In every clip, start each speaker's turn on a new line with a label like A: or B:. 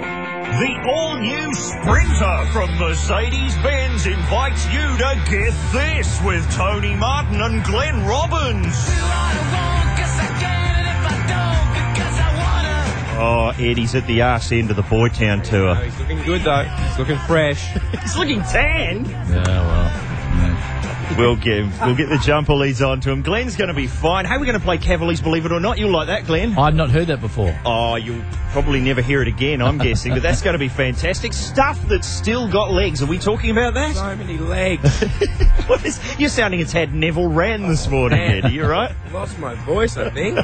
A: The all-new Sprinter from Mercedes-Benz invites you to get this with Tony Martin and Glenn Robbins. Oh, Eddie's at the arse end of the Boytown tour.
B: He's looking good though. He's looking fresh.
C: It's looking tan.
B: yeah, well.
A: We'll give, we'll get the jumper leads on to him. Glenn's going to be fine. Hey, we're going to play Cavaliers, believe it or not. You'll like that, Glenn.
B: I've not heard that before.
A: Oh, you'll probably never hear it again, I'm guessing, but that's going to be fantastic. Stuff that's still got legs. Are we talking about that?
B: So many legs.
A: What is, you're sounding it's had Neville Rand this morning,
B: man.
A: Eddie, you all right?
B: Lost my voice, I think.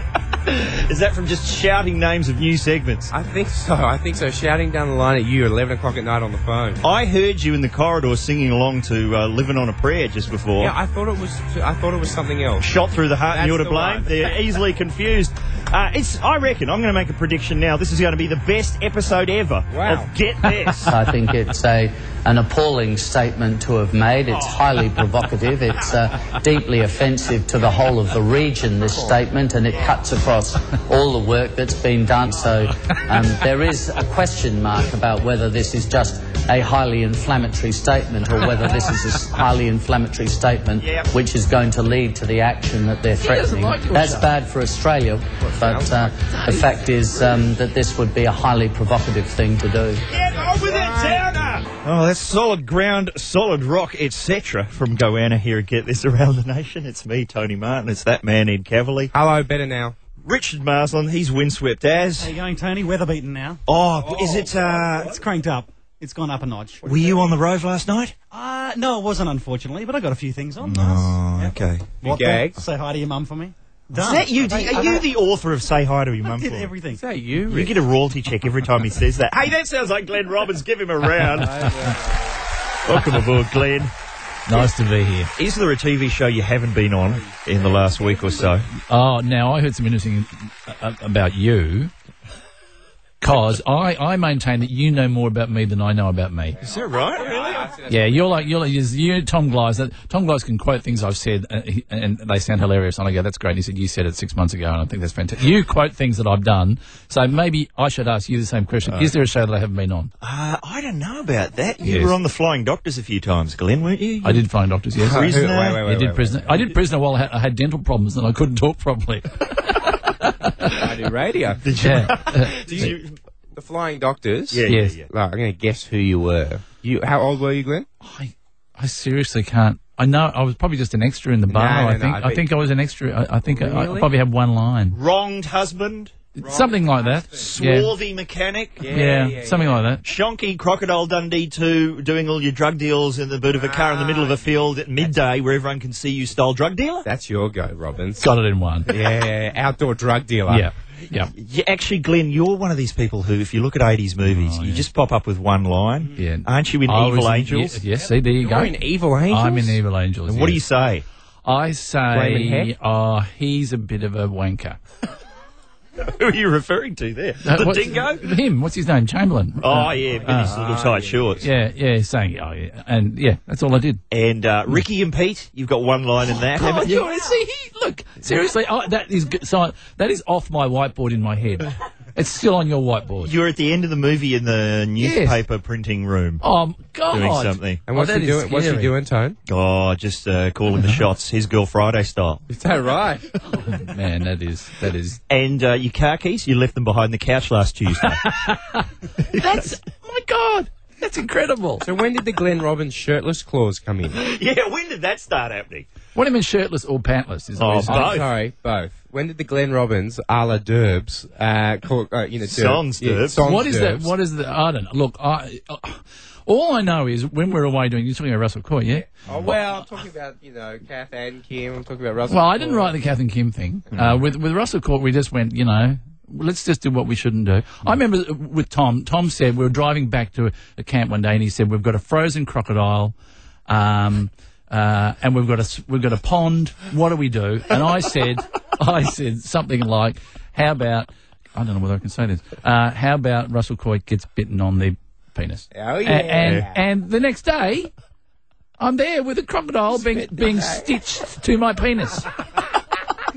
A: Is that from just shouting names of new segments?
B: I think so. I think so. Shouting down the line at you at 11 o'clock at night on the phone.
A: I heard you in the corridor singing along to uh, Living on a Prayer just before.
B: Yeah, I thought it was. I thought it was something else.
A: Shot through the heart, and you're
B: That's the
A: to blame.
B: one.
A: They're easily confused. Uh, it's, I reckon, I'm going to make a prediction now. This is going to be the best episode ever
B: Wow.
A: of Get This.
D: I think it's a an appalling statement to have made. It's highly provocative. It's uh, deeply offensive to the whole of the region. This statement, and it cuts across all the work that's been done. So um, there is a question mark about whether this is just a highly inflammatory statement or whether this is a s- highly inflammatory statement
A: Yep.
D: which is going to lead to the action that they're threatening. That's bad for Australia, but uh, the fact is um, that this would be a highly provocative thing to do.
A: Get on with it, Towner! Oh, that's solid ground, solid rock, etc. From Goanna here at Get This Around the Nation. It's me, Tony Martin. It's that man, Ed Cavalier.
B: Hello, better now.
A: Richard Marsland, he's windswept as.
E: How you going, Tony? Weather beaten now.
A: Oh, is it, uh,
E: It's cranked up. It's gone up a notch.
A: were you on the Rove last night?
E: Uh, no, it wasn't, unfortunately, but I got a few things on.
A: Oh,
E: Nice.
A: okay.
E: You
B: gag?
E: Say hi to your mum for me.
A: Is
E: Done.
A: that you? Do- Are you the author of Say Hi to Your
E: I
A: Mum?
E: did
A: For Me?
E: everything.
B: Is that you?
A: You
B: Rick?
A: get a royalty check every time he says that. Hey, that sounds like Glenn Robbins. Give him a round. Welcome aboard, Glenn.
F: Nice to be here.
A: Is there a TV show you haven't been on in the last week or so?
F: Oh, now I heard some interesting uh, about you. Cause I, I maintain that you know more about me than I know about me.
A: Is that right?
B: Uh,
A: Really?
F: Yeah, you're like you're like you Tom Glyze. That, Tom Glyze can quote things I've said, uh, he- and they sound hilarious. And I go, "That's great." And he said, "You said it six months ago," and I think that's fantastic. You quote things that I've done, so maybe I should ask you the same
B: Uh,
F: question: Is there a show that I haven't been on?
A: Uh, I don't know about that. You
F: Yes.
A: were on the Flying Doctors a few times, Glenn, weren't you?
F: I did find Doctors. Yes,
A: Prisoner.
B: Wait, wait, wait,
F: you
B: wait,
F: did
B: wait.
F: prisoner. I did prisoner while I had, I had dental problems and I couldn't talk properly.
B: I do radio.
F: yeah,
B: Do you, the Flying Doctors.
A: Yeah,
F: Yes.
A: yeah, yeah.
B: Like, I'm going to guess who you were. You, how old were you, Glenn?
F: I, I seriously can't. I know I was probably just an extra in the bar.
B: no,
F: I
B: no,
F: think
B: I
F: I,
B: bet-
F: think I was an extra. I, I think I- I,
B: Really?
F: probably had one line,
A: Wronged husband,
F: something like that. Yeah.
A: swarthy mechanic,
F: Yeah, something like that.
A: shonky crocodile Dundee two, doing all your drug deals in the boot of a car in the middle of a field at midday where everyone can see you stole drug dealer.
B: That's your go, Robbins.
F: Got it in one.
B: Yeah, outdoor drug dealer.
F: Yeah, yeah,
A: Yeah, actually, Glenn, you're one of these people who, if you look at 80s movies, you just pop up with one line.
F: Oh, Mm. yeah.
A: Aren't you in
F: I was
A: Evil Angels?
F: Yes, yes, see, there you go.
B: You're in Evil Angels?
F: I'm in Evil Angels.
A: And what do you
F: yes.
A: say?
F: I
B: Blaming
F: say,
B: Heck?
F: oh, he's a bit of a wanker.
A: Who are you referring to there?
F: Uh,
A: the
F: what's-
A: dingo?
F: Him. What's his name? Chamberlain.
A: Oh,
F: Uh,
A: yeah, in his little tight shorts.
F: yeah, yeah. Saying, oh, yeah, and yeah, that's all I did.
A: And uh, Ricky and Pete, you've got one line in that,
F: Oh,
A: haven't
F: you
A: you?
F: want to see? Look, seriously, I, that is good. So that is off my whiteboard in my head. It's still on your whiteboard.
A: You're at the end of the movie in the newspaper printing room.
F: oh God!
A: Doing something.
B: And what's,
F: oh, that
B: he
F: is
B: doing, what's he
F: scary.
B: doing, Tone?
A: Oh, just uh, calling the shots, his girl Friday style.
B: Is that right?
F: Oh, Man, that is that is.
A: And uh, your car keys, you left them behind the couch last Tuesday.
F: That's my God. That's incredible.
B: so when did the Glenn Robbins shirtless clause come in?
A: yeah, when did that start happening?
F: What do you mean, shirtless or pantless? Is
A: Oh,
F: is-
A: both.
B: Oh, sorry, both. When did the Glenn Robbins a la Derbs, uh, call, uh, you know, Derbs,
A: Songs Derbs.
B: songs
F: What is that?
B: Derbs.
F: What is the? I don't know. Look, I. uh, all I know is when we're away doing. You're talking about Russell Coy, yeah?
B: Oh, well, I'm talking about, you know, Kath and Kim. I'm talking about Russell.
F: Well, I didn't
B: Crowe.
F: write the Kath and Kim thing. Uh, with with Russell Court, we just went, you know, let's just do what we shouldn't do. I remember with Tom. Tom said we were driving back to a, a camp one day, and he said we've got a frozen crocodile, um, uh, and we've got a s- we've got a pond. What do we do? And I said, I said something like, how about I don't know whether I can say this. Uh, how about Russell Coit gets bitten on the penis?
B: Oh,
F: A-
B: yeah.
F: and and the next day. I'm there with a crocodile being, being stitched to my penis.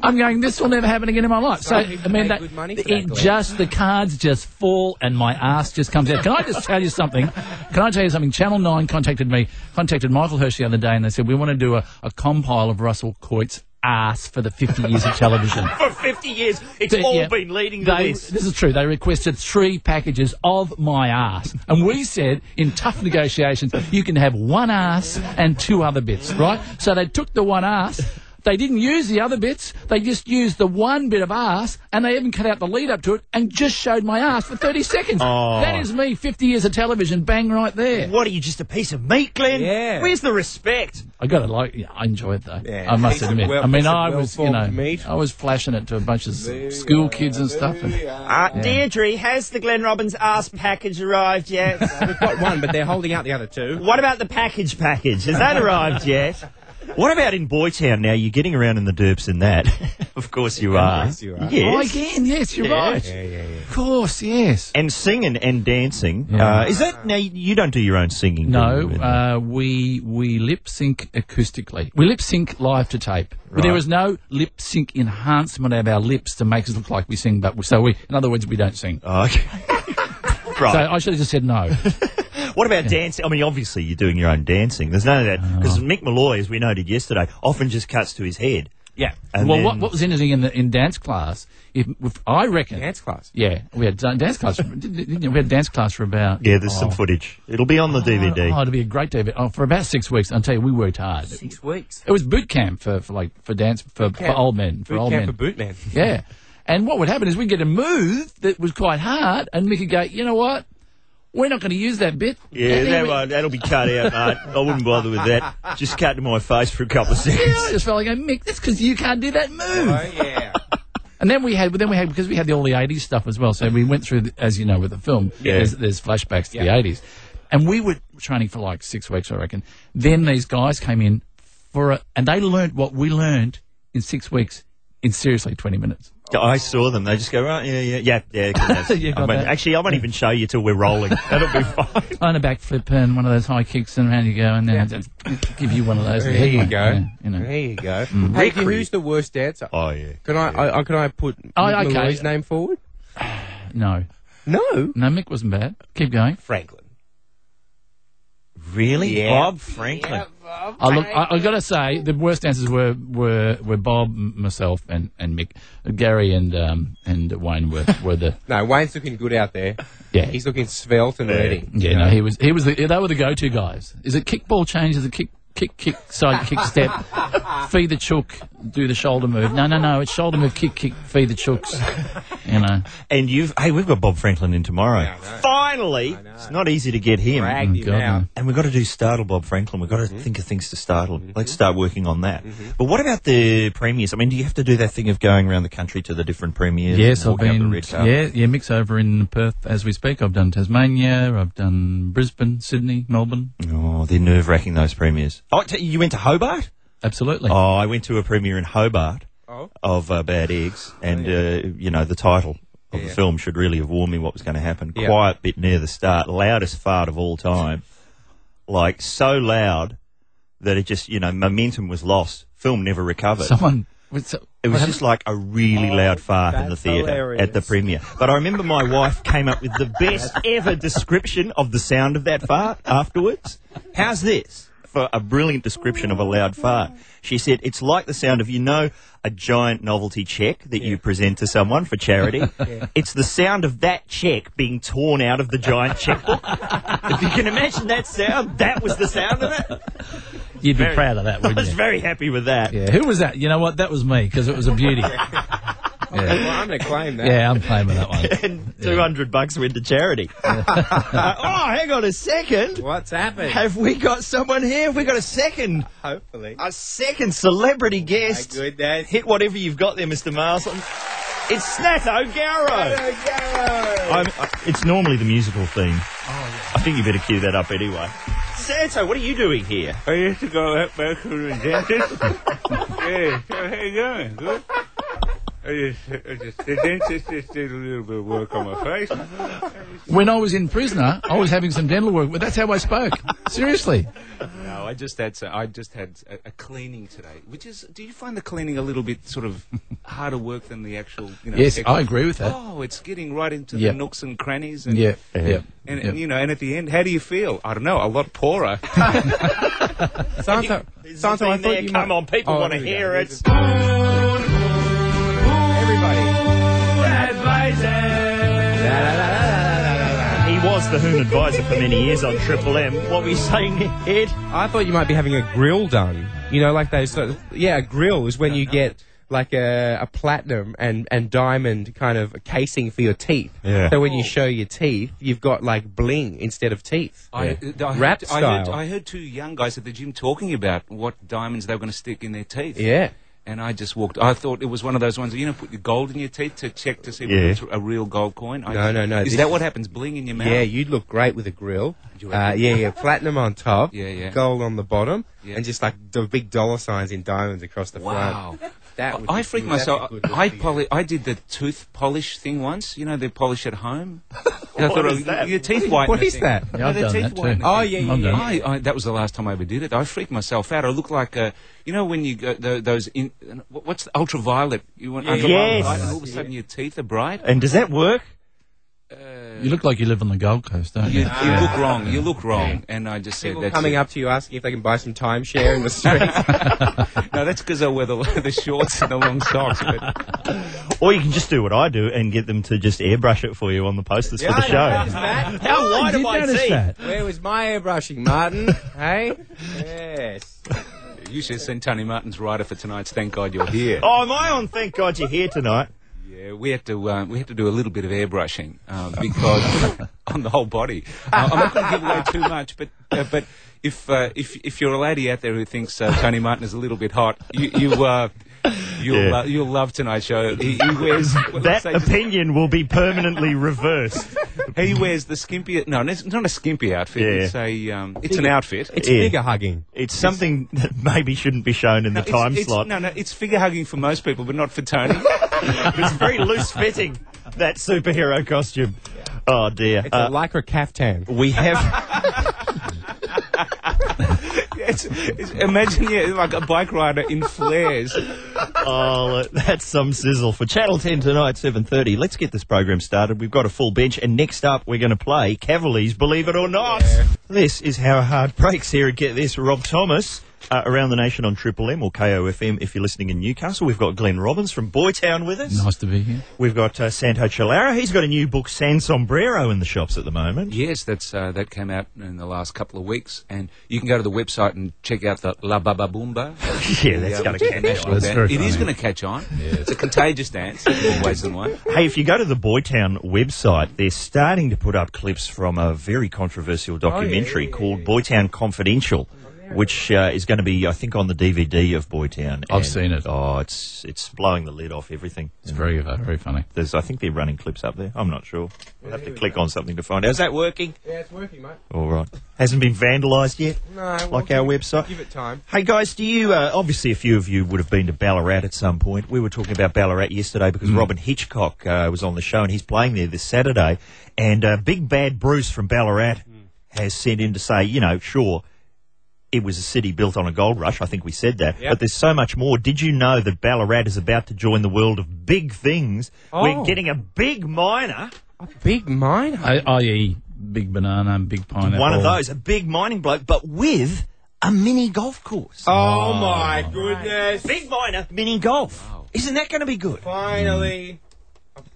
F: I'm going, this will never happen again in my life. So,
B: Some people
F: I mean,
B: pay
F: that,
B: good money for that,
F: it
B: Glenn.
F: just, the cards just fall and my ass just comes out. Can I just tell you something? Can I tell you something? Channel 9 contacted me, contacted Michael Hirsch the other day and they said, we want to do a, a compile of Russell Coit's ass for the 50 years of television.
A: For 50 years, it's
F: Th-
A: all
F: yeah.
A: been leading to
F: They-
A: this.
F: is true. They requested three packages of my ass. And we said, in tough negotiations, you can have one ass and two other bits, right? So they took the one ass. They didn't use the other bits. They just used the one bit of ass, and they even cut out the lead up to it and just showed my ass for 30 seconds.
A: Oh.
F: That is me, 50 years of television, bang right there.
A: What are you, just a piece of meat, Glenn?
B: Yeah.
A: Where's the respect?
F: I got to like, yeah, I enjoyed that.
B: Yeah.
F: I must
B: Piece of
F: admit.
B: well-
F: I mean,
B: piece of
F: I was, you know,
B: well-formed meat.
F: I was flashing it to a bunch of s- school kids and stuff. and-
A: Uh, Deirdre, has the Glen Robbins ass package arrived yet?
B: We've got one, but they're holding out the other two.
A: what about the package package? Has that arrived yet? What about in Boytown now? You're getting around in the derbs in that. of course you are.
B: course you are.
F: Oh,
A: Yes.
F: again, yes, you're
A: Yeah.
F: right.
B: Yeah, yeah, yeah.
F: Of course, yes.
A: and singing and dancing.
F: Yeah.
A: Uh, is that now? You don't do your own singing?
F: No,
A: do you?
F: uh, we we lip sync acoustically. We lip sync live to tape. But There
A: Right.
F: is no lip sync enhancement of our lips to make us look like we sing. But we, so we, in other words, we don't sing.
A: Oh, okay.
F: So
A: right.
F: I should have just said no.
A: what about dancing? I mean, obviously you're doing your own dancing. There's none of that because
F: Uh-huh.
A: Mick Malloy, as we noted yesterday, often just cuts to his head.
F: yeah.
A: And
F: well,
A: then-
F: what, what was interesting in the, in dance class? If, if I reckon
B: Dance class.
F: Yeah, we had dan- dance class. didn't- didn't we had dance class for about
A: Yeah, there's some
F: oh,
A: footage. It'll be on the DVD.
F: Oh, it'd be a great day. but- Oh, for about six weeks, I'll tell you, we worked hard.
B: Six weeks.
F: It was boot camp for, for like for dance for, for
B: camp.
F: old men for
B: Boot
F: old
B: camp
F: men.
B: for boot men.
F: Yeah. And what would happen is we'd get a move that was quite hard, and we could go, you know what? We're not going to use that bit.
A: Yeah,
F: And then
A: that
F: we-
A: one, that'll be cut out, mate. I wouldn't bother with that. Just cut to my face for a couple of
F: Yeah, I
A: seconds.
F: just felt like, Mick, that's because you can't do that move.
B: Oh, yeah.
F: And then we had, then we had, because we had the, all the 80s stuff as well. So we went through, the, as you know, with the film,
A: Yeah.
F: there's, there's flashbacks to the 80s. And we were training for like six weeks, I reckon. Then these guys came in for a, and they learned what we learned in six weeks in seriously 20 minutes.
A: I saw them. They just go, right, yeah, yeah, yeah, yeah. that's-
F: You
A: I
F: got
A: mean,
F: that.
A: actually, I won't even show you till we're rolling. That'll be fine.
F: On a back flip and one of those high kicks and around you go and then just give you one of those.
B: There you
F: headbutt,
B: go.
F: yeah, you know.
B: There you go.
F: Mm.
B: Hey,
A: Recre-
B: who's the worst dancer?
A: Oh, yeah.
B: Can I, I, I can I put
F: Oh,
B: Mick
F: okay.
B: Malloy's name forward?
F: No.
B: No.
F: No, Mick wasn't bad. Keep going.
B: Franklin.
A: Really?
B: Yeah.
A: Bob Franklin.
F: I look, I, I got to say, the worst dancers were were were Bob, m- myself, and and Mick, Uh, Gary, and um and Wayne were were the
B: No, Wayne's looking good out there.
F: yeah.
B: He's looking svelte and ready.
F: yeah, no, he was he was the, they were the go to guys. Is it kickball change? Is it kick kick kick side kick step? Feed the chook, do the shoulder move. No, no, no, it's shoulder move, kick kick, feed the chooks. You know,
A: And you've, hey, we've got Bob Franklin in tomorrow.
B: Yeah, I know.
A: Finally, it's not easy to get him.
B: Dragged him
F: mm, God,
B: out.
F: no.
A: And we've got to do startle Bob Franklin. We've got to
B: Mm-hmm.
A: think of things to startle. him. Let's start working on that. But what about the premiers? I mean, do you have to do that thing of going around the country to the different premiers?
F: Yes,
A: and
F: I've
A: walking up
F: been.
A: the red carpet?
F: Yeah, yeah, mix over in Perth as we speak. I've done Tasmania, I've done Brisbane, Sydney, Melbourne.
A: Oh, they're nerve wracking those premiers. Oh, t- you went to Hobart?
F: Absolutely.
A: Oh, I went to a premiere in Hobart
B: Mm-hmm. Oh.
A: of uh, Bad Eggs, and uh, you know the title of the film should really have warned me what was going to happen.
B: Yeah.
A: Quiet bit near the start, loudest fart of all time, like so loud that it just you know momentum was lost. Film never recovered.
F: Someone. what's-
A: It
F: what
A: was just like a really loud fart in the
B: Oh, that's
A: theatre at the
B: hilarious.
A: premiere. But I remember my wife came up with the best ever description of the sound of that fart afterwards. How's this for a brilliant description of a loud fart? She said, It's like the sound of, you know, a giant novelty check that you present to someone for charity. It's the sound of that check being torn out of the giant checkbook. if you can imagine that sound, that was the sound of it.
F: You'd be
A: Very-
F: proud of that,
A: I
F: wouldn't
A: was
F: you?
A: very happy with that.
F: Yeah. Who was that? You know what? That was me because it was a beauty.
B: Well, I'm going to claim that.
F: yeah, I'm playing with that one.
A: and 200 bucks went to charity. Uh, oh, hang on a second.
B: What's happened?
A: Have we got someone here? Have we got a second?
B: Hopefully.
A: A second celebrity guest.
B: A good day.
A: Hit whatever you've got there, Mr. Marsden. It's Snat O'Garrow.
B: Hello,
A: I'm, uh, it's normally the musical theme. Oh, yeah. I think you better cue that up anyway. Santo, what are you doing here?
G: I used to go out back to the dentist. yeah, so how you going? Good. I just, I just, the dentist just did a little bit of work on my face.
F: When I was in prisoner, I was having some dental work, but that's how I spoke. Seriously.
G: No, I just had so I just had a, a cleaning today, which is. Do you find the cleaning a little bit sort of harder work than the actual. You know,
F: Yes,
G: text-
F: I agree with that.
G: Oh, it's getting right into
F: Yeah.
G: the nooks and crannies. And,
F: Yeah, yeah.
G: And,
F: yeah.
G: and you know, and at the end, how do you feel? I don't know. A lot poorer.
B: Santo, Santo, I thought you
A: Come
B: might-
A: on, people
B: Oh,
A: want to
B: here we go.
A: hear it.
B: Everybody.
A: He was the Hoon advisor for many years on Triple M. What were you saying, Ed?
B: I thought you might be having a grill done. You know, like those. Sort of, yeah, a grill is when you get like a, a platinum and, and diamond kind of casing for your teeth.
H: Yeah.
B: So when you show your teeth, you've got like bling instead of teeth.
G: I, uh, I,
B: Rap
G: heard, I, heard,
B: style.
G: I heard two young guys at the gym talking about what diamonds they were going to stick in their teeth.
B: Yeah.
G: And I just walked. I thought it was one of those ones, you know, put your gold in your teeth to check to see if
A: Yeah.
G: it's a real gold coin. I
B: No,
G: just-
B: no, no,
G: Is
B: this-
G: that what happens? Bling in your mouth?
B: Yeah, you'd look great with a grill.
G: You
B: Uh, yeah,
G: reckon?
B: yeah, platinum on top,
G: Yeah, yeah.
B: gold on the bottom,
G: Yeah.
B: and just like the big dollar signs in diamonds across the
G: Wow.
B: front. That would
G: I
B: be-
G: freaked
B: that'd be
G: myself.
B: good look
G: I
B: for you.
G: poli- I did the tooth polish thing once. You know, they polish at home. And I thought,
A: is
G: oh,
A: that?
G: Your teeth whitener.
B: What is
G: thing.
B: that?
F: Yeah, I've
G: the
F: done
G: teeth
F: that too.
G: whitener
B: Oh,
G: thing.
B: yeah, yeah, I've yeah. done
G: I, I, that was the last time I ever did it. I freaked myself out. I looked like a, you know, when you go tho- those in, what- what's the ultraviolet? You want ultraviolet
A: Yes.
G: light, and all of a sudden your teeth are bright.
B: Uh,
A: And does that work?
F: You look like you live on the Gold Coast, don't
G: You,
F: you?
G: you look wrong. You look wrong. And I just said,
B: People
G: that's
B: coming
G: it.
B: up to you asking if they can buy some timeshare in the street.
G: No, that's because I wear the, the shorts and the long socks. But
A: Or you can just do what I do and get them to just airbrush it for you on the posters for the
B: I noticed
A: show.
B: that.
A: How wide
F: did
A: am I
F: notice
A: see?
F: that.
B: Where was my airbrushing, Martin? hey? Yes.
G: you should send Tony Martin's writer for tonight's. Thank God you're here.
A: Oh, am I on? Thank God you're here tonight.
G: Yeah, we had to uh, we had to do a little bit of airbrushing um, because on the whole body. Uh, I'm not going to give away too much, but uh, but if uh, if if you're a lady out there who thinks uh, Tony Martin is a little bit hot, you you uh, you'll
A: Yeah.
G: lo- you'll love tonight's show. He, he wears well, let's
A: That
G: say just-
A: opinion will be permanently reversed.
G: he wears the skimpy. No, it's not a skimpy outfit.
A: Yeah.
G: It's a um, it's an outfit.
B: It's
A: Yeah.
B: figure hugging.
A: It's something that maybe shouldn't be shown in the
G: It's-
A: time
G: it's-
A: slot.
G: No, no, it's figure hugging for most people, but not for Tony.
A: It's very loose fitting, that superhero costume. Oh dear.
B: It's
A: Uh,
B: a lycra caftan.
A: we have
G: it's, it's, imagine yeah, like a bike rider in flares.
A: oh that's some sizzle for Channel 10 tonight 7:30. Let's get this program started. We've got a full bench and next up we're going to play Cavalier's Believe It or Not. This is how hard breaks here at Get This Rob Thomas uh, around the nation on Triple M or KOFM if you're listening in Newcastle. We've got Glenn Robbins from Boytown with us.
F: Nice to be here.
A: We've got uh, Santo Chilara. He's got a new book, San Sombrero, in the shops at the moment.
G: Yes, that's uh, that came out in the last couple of weeks, and you can go to the website and check out the La Baba Boomba.
A: Yeah, that's going to catch on.
F: That's very
G: It is
F: funny.
G: going to catch on. It's a contagious dance, in ways and one.
A: Hey, if you go to the Boytown website, they're starting to put up clips from a very controversial documentary called Boytown Confidential, which uh, is going to be, I think, on the DVD of Boytown.
F: I've
A: And,
F: seen it.
A: Oh, it's it's blowing the lid off everything.
F: It's very, uh, very funny.
A: There's, I think they're running clips up there. I'm not sure. We'll have to click on something to find out. Is that working?
B: Yeah, it's working, mate.
A: All right. Hasn't been vandalised yet,
B: No, well,
A: like our
B: give-
A: website.
B: Give it time.
A: Hey guys, do you? Uh, obviously, a few of you would have been to Ballarat at some point. We were talking about Ballarat yesterday because
B: Mm.
A: Robin Hitchcock uh, was on the show and he's playing there this Saturday. And uh, Big Bad Bruce from Ballarat
B: Mm.
A: has sent in to say, you know, sure, it was a city built on a gold rush. I think we said that, but there's so much more. Did you know that Ballarat is about to join the world of big things? We're
B: Oh.
A: getting a big miner,
B: Big mine.
F: I, I.e., big banana and big pineapple.
A: one of those, a big mining bloke, but with a mini golf course.
B: Oh, my goodness.
A: Big miner, mini golf. Isn't that going to be good?
B: Finally. Mm.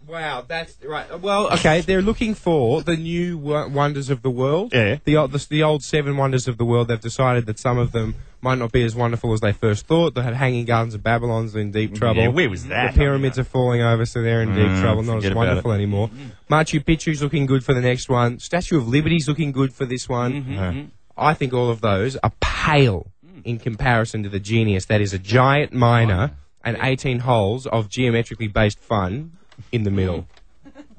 B: Wow, that's right. Well, okay, they're looking for the new wo- wonders of the world.
A: Yeah.
B: The, old- the the old seven wonders of the world. They've decided that some of them might not be as wonderful as they first thought. They had Hanging Gardens of Babylon's in deep trouble.
A: Yeah, where was that? Mm,
B: The pyramids are falling over, so they're in deep trouble. Not as
A: forget about Mm-hmm.
B: wonderful anymore. Machu Picchu's looking good for the next one. Statue of Liberty's looking good for this one.
A: Mm-hmm,
B: I think all of those are pale
A: Mm.
B: in comparison to the genius that is a giant miner and 18 holes of geometrically based fun in the
A: Mm.
B: middle.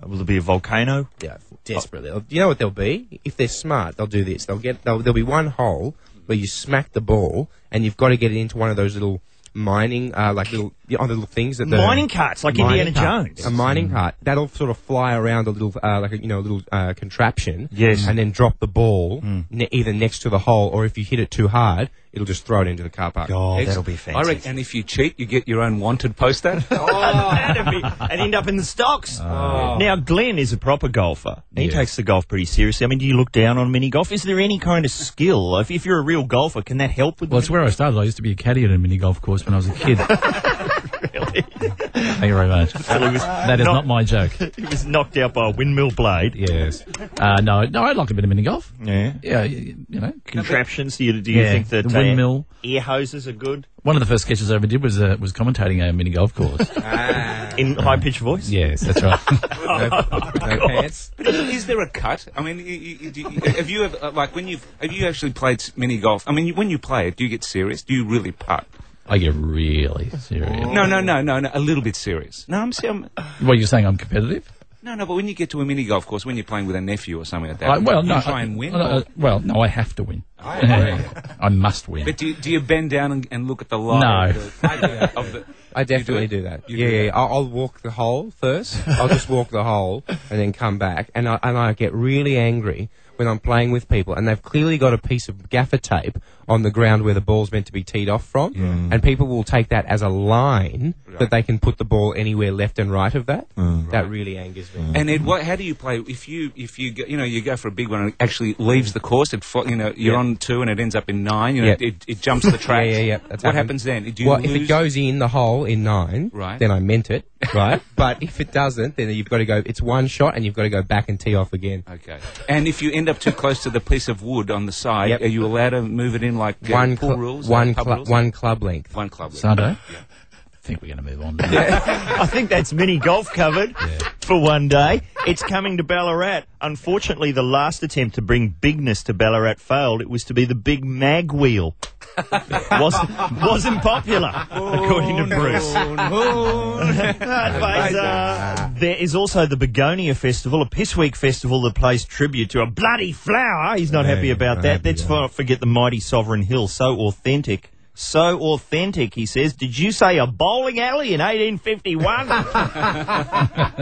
A: Will there be a volcano?
B: Yeah, desperately. Oh. You know what they'll be? If they're smart, they'll do this. They'll get. They'll, there'll be one hole where you smack the ball, and you've got to get it into one of those little mining, uh, like little you know, the little things that the
A: Mining carts, like
B: mining Oh
A: Indiana
B: cart.
A: Jones.
B: A mining cart that'll sort of fly around a little, uh, like a, you know, a little uh, contraption.
A: Yes. Mm.
B: And then drop the ball ne- either next to the hole, or if you hit it too hard, it'll just throw it into the car park.
A: God,
G: Ex-
A: Oh, that'll be
G: I
A: fantastic. Oh,
G: reckon, and if you cheat, you get your own wanted poster.
A: that'd, be, that'd end up in the stocks. Now, Glenn is a proper golfer. He takes the golf pretty seriously. I mean, do you look down on mini golf? Is there any kind of skill? If, if you're a real golfer, can that help with
F: Well,
A: the-
F: it's where I started. I used to be a caddy at a mini golf course when I was a kid. Thank you very much.
A: Well, he was
F: That is
A: not-
F: not my joke.
A: He was knocked out by a windmill blade.
B: Yes.
F: Uh, no, no, I'd like a bit of mini golf.
A: Yeah.
F: Yeah, you, you know.
A: Contraptions. Do you, do you
F: Yeah,
A: think that
F: the windmill.
A: uh, ear hoses are good
F: One of the first sketches I ever did was uh, was commentating a mini golf course.
A: in high pitched voice?
F: yes, that's right.
B: no no pants.
G: But is, is there a cut? I mean, y- y- do you- have you ever, like when you've have you actually played s- mini golf? I mean, you- when you play it, do you get serious? Do you really putt?
F: I get really serious.
A: Oh.
G: No, no, no, no, no. A little bit serious. No, I'm, see- I'm
F: Well, you're saying I'm competitive?
G: no, no. But when you get to a mini golf course, when you're playing with a nephew or something like that,
F: I, well,
G: you
F: no.
G: try and win.
F: I-
B: uh,
F: I- well, no, I have to win.
G: I agree.
F: I must win.
G: but do you, do you bend down and, and look at the line?
F: No.
G: of the- of the-
B: I definitely
G: it?
B: do, that.
G: You
B: yeah,
G: do
B: yeah.
G: that.
B: I'll, I'll walk the hole first. I'll just walk the hole and then come back. And I, and I get really angry when I'm playing with people and they've clearly got a piece of gaffer tape on the ground where the ball's meant to be teed off from. And people will take that as a line that they can put the ball anywhere left and right of that.
G: Mm.
B: That really angers me.
G: And Ed, what, how do you play if you if you go, you know you go for a big one and it actually leaves the course? It fo- you know you're
B: Yeah.
G: on two and it ends up in nine. You know
B: Yeah.
G: it, it jumps the track.
B: Yeah, yeah, yeah.
G: What
B: That's happened.
G: happens then? Do you
B: well, if
G: lose?
B: it goes in the hole in nine,
G: Right.
B: then I meant it, right? but if it doesn't, then you've got to go. It's one shot, and you've got to go back and tee off again.
G: Okay. And if you end up too close to the piece of wood on the side,
B: Yep.
G: are you allowed to move it in like uh,
B: one
G: pool
B: cl-
G: rules?
B: one
G: uh, pub
B: clu-
G: rules?
B: one club length.
G: One club. rule.
F: Sando, I think we're going to move on.
A: I think that's mini golf covered for one day. It's coming to Ballarat. Unfortunately, the last attempt to bring bigness to Ballarat failed. It was to be the big mag wheel. wasn't, wasn't popular, according to Bruce. Advisor. There is also the Begonia Festival, a Pissweek festival that plays tribute to a bloody flower. He's not happy about
B: not
A: that.
B: happy,
A: Let's
B: yeah.
A: not forget the mighty Sovereign Hill. So authentic. So authentic, he says. Did you say a bowling alley in 1851?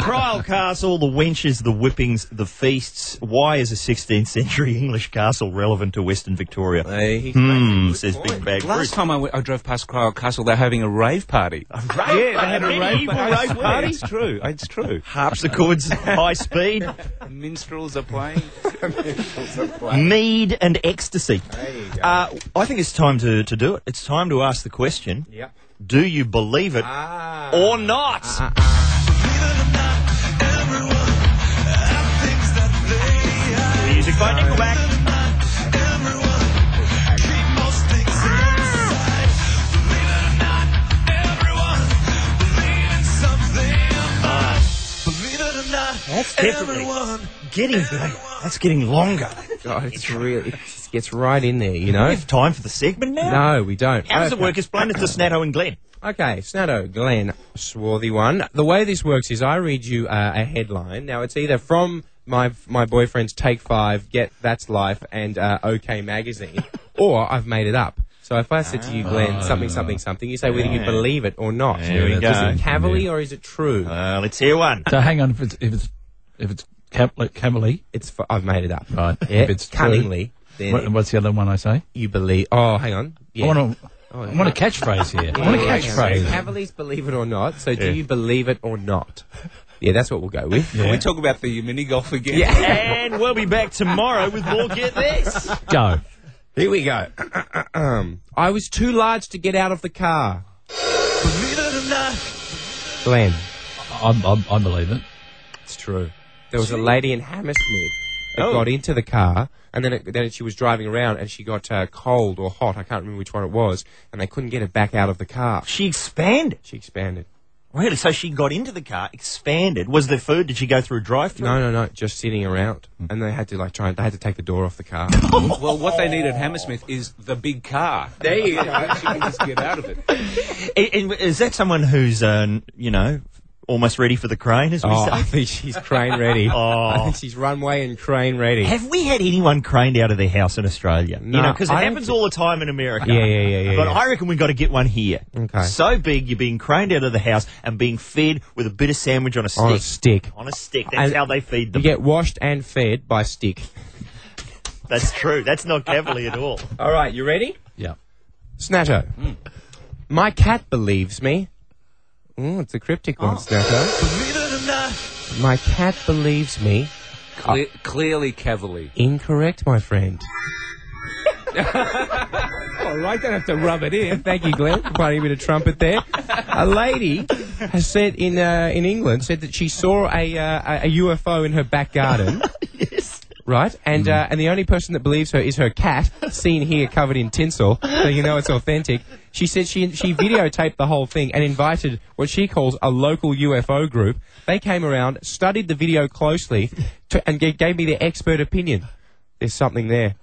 A: Prial Castle, the wenches, the whippings, the feasts. Why is a 16th century English castle relevant to Western Victoria? Hmm, says Big Bag
G: Last
A: Bruce.
G: time I, went, I drove past Cryle Castle, they're having a rave party. A rave yeah, they had a
A: party?
G: rave,
A: Medieval
G: party. I
A: rave
G: swear,
A: party?
G: It's true. It's true.
A: Harpsichords, high speed,
G: Minstrels are playing.
A: mead and ecstasy. Uh, I think it's time to, to do it. It's time to ask the question.
B: Yep.
A: Do you believe it
F: Ah.
A: or not? Music by Nickelback. That's definitely getting that's getting longer.
B: God, Oh, it's really it just gets right in there, you know.
A: We have time for the segment now.
B: No, we don't.
A: How does it
B: Okay.
A: work? Explain it to Snatto and Glenn.
B: Okay, Snatto, Glenn, swarthy one. The way this works is I read you uh, a headline. Now it's either from my my boyfriend's Take Five, Get That's Life, and uh, OK Magazine, or I've made it up. So if I said to you,
F: Ah.
B: Glenn, something, something, something, you say whether you believe it or not.
A: There we
B: Is
A: go.
B: it cavalry or is it true?
A: Uh, let's hear one.
F: So hang on, if it's if it's if it's Cam- like Camille,
B: It's f I've made it up.
F: Right.
B: Yeah.
F: If it's true.
B: cunningly. Then
F: what, what's the other one I say?
B: you believe. Oh, hang on. Yeah.
F: I want to.
B: Oh,
F: I want a catchphrase here. I want a
B: Yeah,
F: catchphrase.
B: so Cavaliers believe it or not. So do you believe it or not? Yeah, that's what we'll go with.
G: Can we talk about the mini golf again?
A: And we'll be back tomorrow with more Get This.
F: Go.
B: Here we go. I was too large to get out of the car. Glenn,
F: I, I, I believe it.
B: it's true. There was a lady in Hammersmith that
F: Oh.
B: got into the car, and then it, then she was driving around, and she got uh, cold or hot. I can't remember which one it was, and they couldn't get her back out of the car.
A: She expanded.
B: She expanded.
A: Really? So she got into the car, expanded. Was there food? Did she go through a drive through
B: No, no, no, just sitting around, and they had to like try. and They had to take the door off the car.
G: Well, what they need at Hammersmith is the big car. There you go. she can just get out of it.
A: Is that someone who's, uh, n- you know, almost ready for the crane, as we
B: Oh, I
A: say?
B: think she's crane ready.
A: Oh.
B: I think she's runway and crane ready.
A: Have we had anyone craned out of their house in Australia? you
B: No,
A: know, because it
B: I don't
A: happens
B: think-
A: all the time in America.
B: Yeah, yeah, yeah, yeah,
A: But
B: yeah.
A: I reckon we've got to get one here.
B: Okay.
A: So big, you're being craned out of the house and being fed with a bit of sandwich on a stick.
B: On a stick.
A: On a stick. That's
B: And
A: how they feed
B: You
A: them.
B: get washed and fed by stick.
A: That's true. That's not cavalier at all.
B: All right, you ready?
F: Yeah.
B: Snatto. My cat believes me. Ooh, it's a cryptic one, Snatto. My cat believes me.
G: Cle- clearly Cavalier.
B: Incorrect, my friend.
G: All right, don't have to rub it in.
B: Thank you, Glenn. Playing a bit of trumpet there. A lady has said in uh, in England said that she saw a uh, a a UFO in her back garden. yes. Right, and
F: Mm-hmm.
B: uh, and the only person that believes her is her cat, seen here covered in tinsel, so you know it's authentic. She said she she videotaped the whole thing and invited what she calls a local UFO group. They came around, studied the video closely, to, and g- gave me their expert opinion. There's something there.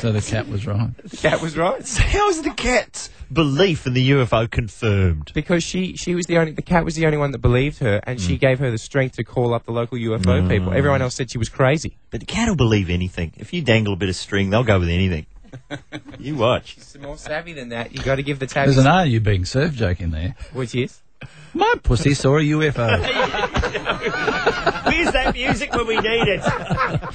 F: So the cat was right.
B: That was right.
A: How's the cat's belief in the UFO confirmed?
B: because she she was the only the cat was the only one that believed her, and
F: Mm.
B: she gave her the strength to call up the local UFO people. Everyone else said she was crazy.
A: But the cat will believe anything. If you dangle a bit of string, they'll go with anything. you watch.
B: She's more savvy than that. You got to give the
F: There's
B: tabbies,
F: an "Are you being served?" joke in there.
B: which is
F: My pussy saw a UFO.
A: Where's that music when we need it?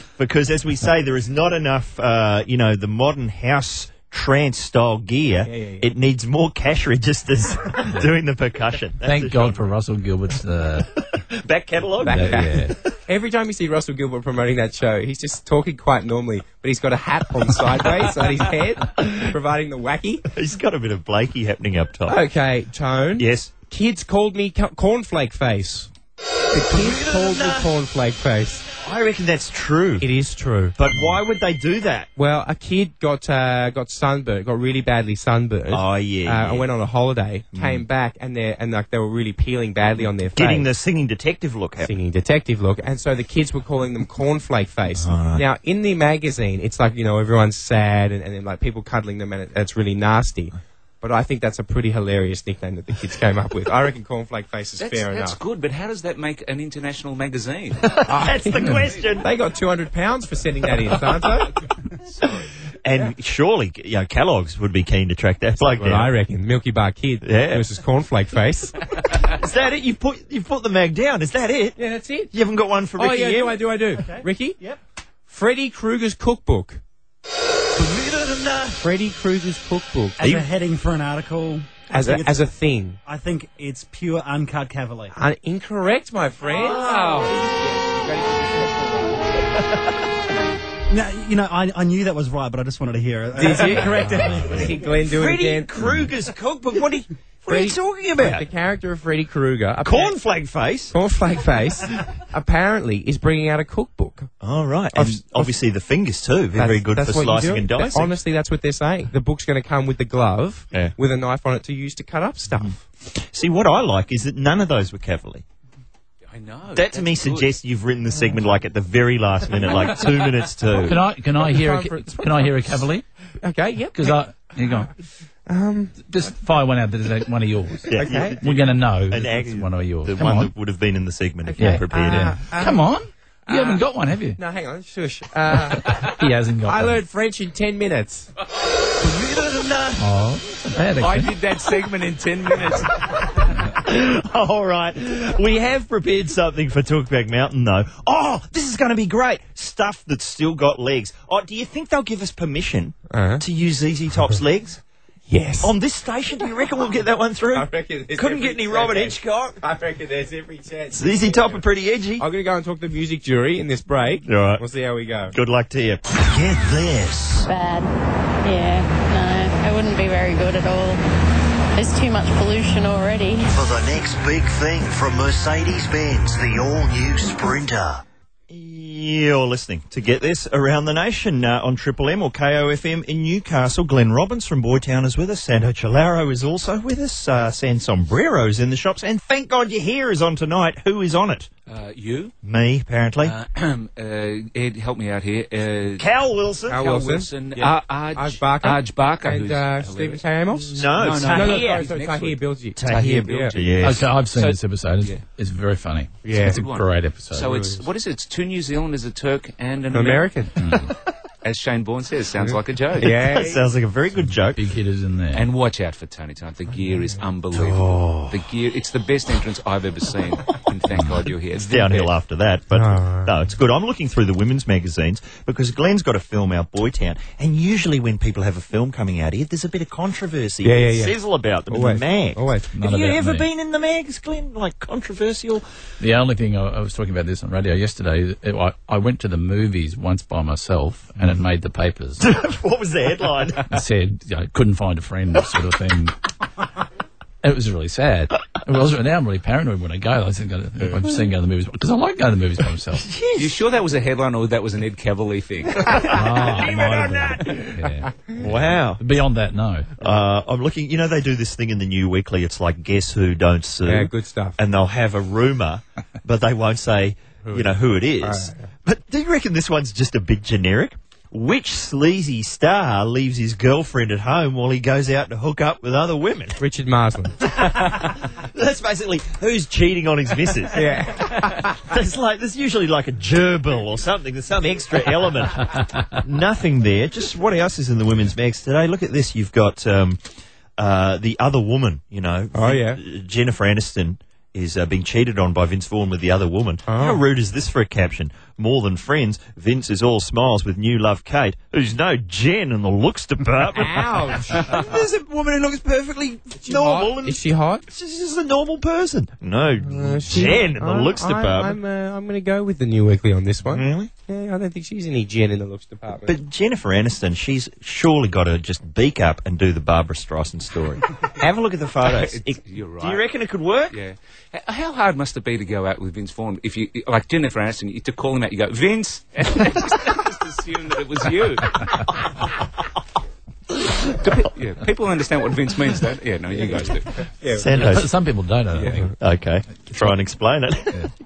A: because as we say, there is not enough, uh, you know, the modern house trance style gear. It needs more cash registers doing the percussion. That's a
F: Thank
A: shame.
F: God for Russell Gilbert's. Uh,
A: Back catalogue.
F: yeah.
B: every time you see Russell Gilbert promoting that show, he's just talking quite normally, but he's got a hat on sideways on his head, providing the wacky.
A: He's got a bit of Blakey happening up top.
B: Okay, tone.
A: Yes.
B: Kids called me co- cornflake face. The kids called me cornflake face.
A: I reckon that's true.
B: It is true.
A: But why would they do that?
B: Well, a kid got uh, got sunburned, got really badly sunburned. Uh,
A: Oh, yeah, yeah. Mm.
B: And went on a holiday, came back, and they and like they were really peeling badly on their face.
A: Getting the singing detective look out.
B: singing detective look, and so the kids were calling them cornflake face. Now in the magazine, it's like you know everyone's sad, and, and then like people cuddling them, and it, it's really nasty. But I think that's a pretty hilarious nickname that the kids came up with. I reckon cornflake face is
G: That's,
B: fair
G: that's
B: enough.
G: good, but how does that make an international magazine?
A: That's the question.
B: They got two hundred pounds for sending that in, Santo.
A: And surely, you know, Kellogg's would be keen to track that bloke
B: Well, I
A: down.
B: reckon Milky Bar Kid
A: Yeah.
B: versus Cornflake Face.
A: Is that it? You put you put the mag down. Is that it?
B: yeah, that's it.
A: You haven't got one for
B: Oh
A: Ricky
B: yeah,
A: yet?
B: do I do I do? Ricky?
E: Yep.
B: Freddy Krueger's cookbook. Freddy Krueger's cookbook
E: As a heading for an article,
B: as
E: I
B: a,
E: think
B: as
E: it's-
B: a thing.
E: I think it's pure uncut cavalier.
B: Uh, incorrect, my friend.
A: Oh.
E: No, you know, I, I knew that was right, but I just wanted to hear it. Uh,
B: Did you
E: correct it?
B: Did Glenn do it
A: Freddy
B: again?
A: Krueger's cookbook. What are you, what are
B: Freddy-
A: you talking
B: The
A: about?
B: character of Freddy Krueger, appa-
A: Cornflake face.
B: Cornflake Face, apparently is bringing out a cookbook.
A: All right. And
B: I've-
A: obviously the fingers too. They're very good for
B: what you do.
A: slicing and
B: That-
A: dicing.
B: Honestly, that's what they're saying. The book's going to come with the glove,
A: Yeah. Mm.
B: with a knife on it to use to cut up stuff.
A: See, what I like is that none of those were Cavalier.
G: I know.
A: That to me
G: that's good.
A: suggests you've written the segment like at the very last minute, like two minutes to.
F: can I can I hear a,
B: Time for-
F: can I hear a cavalier?
B: Okay, yep.
F: Because I you go. Um, just fire one out that is one of yours.
A: Yeah,
B: Okay.
A: you-
F: We're going to know that
A: an
F: it's
A: ag-
F: one of yours.
A: The
F: Come
A: one
F: on.
A: that would have been in the segment if
B: Okay.
A: you prepared
B: Uh,
A: it.
F: Come on. You haven't got one, have you?
B: No, hang on. Shush. Uh,
F: He hasn't got
B: I
F: one.
B: learned French in 10 minutes.
F: Oh, it's a bad
G: I
F: accent.
G: did that segment in 10 minutes.
A: All right. We have prepared something for Talkback Mountain, though. Oh, this is going to be great. Stuff that's still got legs. Oh, do you think they'll give us permission
B: Uh-huh.
A: to use ZZ Top's legs?
B: Yes.
A: On this station, do you reckon we'll get that one through?
B: I reckon there's
A: Oh, Couldn't
B: every
A: get any Robert
B: chance.
A: Hitchcock.
B: I reckon there's every chance.
A: ZZ Top are pretty edgy.
B: I'm going to go and talk to the music jury in this break.
A: All right.
B: We'll see how we go.
A: Good luck to you. Get this.
H: bad. Yeah, no, it wouldn't be very good at all. There's too much pollution already.
I: For the next big thing from Mercedes Benz, the all new Sprinter.
A: You're listening to Get This Around the Nation uh, on Triple M or KOFM in Newcastle. Glenn Robbins from Boytown is with us. Santo Chilaro is also with us. Uh, San Sombrero's in the shops. And thank God your hair is on tonight. Who is on it?
G: Uh, you?
A: Me, apparently.
G: Uh, uh, Ed, help me out here. Uh,
A: Cal Wilson.
B: Cal
G: Cal
B: Wilson.
G: Wilson,
B: Yeah.
G: uh, Arj,
B: Arj Barker.
G: Arj Barker,
B: And
G: who's
B: uh,
G: hilarious.
B: Stephen K. Amos?
A: No,
G: No, no,
A: Tahir.
B: No, no,
G: Tahir.
B: sorry, sorry,
G: Next
B: Tahir
G: week.
B: Bilgi.
A: Tahir
G: Bilgi.
A: Bilgi, Yes.
F: Okay, I've seen
G: So-
F: this episode. It's,
G: Yeah.
F: it's very funny.
B: Yeah.
F: it's a
G: Good one.
F: great episode.
G: So it's, what is it? It's two New Zealanders, a Turk, and an American.
B: American.
G: As Shane Bourne says, sounds like a joke.
B: yeah.
A: That sounds like a very good joke.
F: big hitters in there.
G: And
A: Oh.
G: watch out for Tony Time. The gear is unbelievable. The gear, it's the best entrance I've ever seen in Thank God you're here.
A: It's downhill after that, but
B: No.
A: no, it's good. I'm looking through the women's magazines because Glenn's got a film out, Boytown, and usually when people have a film coming out here, there's a bit of controversy,
B: Yeah,
A: and
B: yeah, yeah.
A: sizzle about them
B: Always,
A: in the mags.
B: always.
A: Have
F: None
A: you
F: about
A: ever
F: me.
A: been in the mags, Glenn? Like controversial?
F: The only thing I, I was talking about this on radio yesterday, it- I, I went to the movies once by myself and it made the papers.
A: what was the headline?
F: and said, you know, couldn't find a friend, sort of thing. It was really sad. It was, now I'm really paranoid when I go. I think I'm seeing going to the movies because I like going to the movies by myself.
G: You sure that was a headline or that was an Ed Cavalier thing?
F: Oh, it might have been. Yeah.
A: wow.
F: Beyond that, no.
A: Uh, I'm looking. You know, they do this thing in the New Weekly. It's like guess who, don't sue.
B: Yeah, good stuff.
A: And they'll have a rumor, but they won't say, you know, who it is. But do you reckon this one's just a bit generic? Which sleazy star leaves his girlfriend at home while he goes out to hook up with other women?
B: Richard Marsland.
A: That's basically who's cheating on his missus.
B: yeah.
A: There's like there's usually like a gerbil or something. There's some extra element. Nothing there. Just what else is in the women's mags today? Look at this. You've got um, uh, the other woman. You know. Uh,
B: Oh, yeah.
A: Jennifer Aniston is uh, being cheated on by Vince Vaughn with the other woman.
B: Oh.
A: How rude is this for a caption? More than friends. Vince is all smiles with new love Kate, who's no Jen in the looks department.
B: Ouch.
A: There's a woman who looks perfectly normal. And
B: Is she hot?
A: She's just a normal person. No,
B: Uh, she-
A: Jen in the
B: I-
A: looks
B: I- I'm,
A: department.
B: uh, I'm going to go with the New Weekly on this one.
A: Really?
B: Yeah, I don't think she's any Jen in the looks department.
A: But Jennifer Aniston, she's surely got to just beak up and do the Barbara Streisand story. Have a look at the photos.
G: It's- you're right.
A: Do you reckon it could work?
G: Yeah. H- How hard must it be to go out with Vince Vaughn? If you like Jennifer Aniston, you, to call him out, you go Vince, and just assume that it was you. Do pe- yeah, people understand what Vince means, don't? Yeah, no, you guys do.
A: Send
F: But
A: us-
F: some people don't, I don't think.
A: Okay. Try and explain it.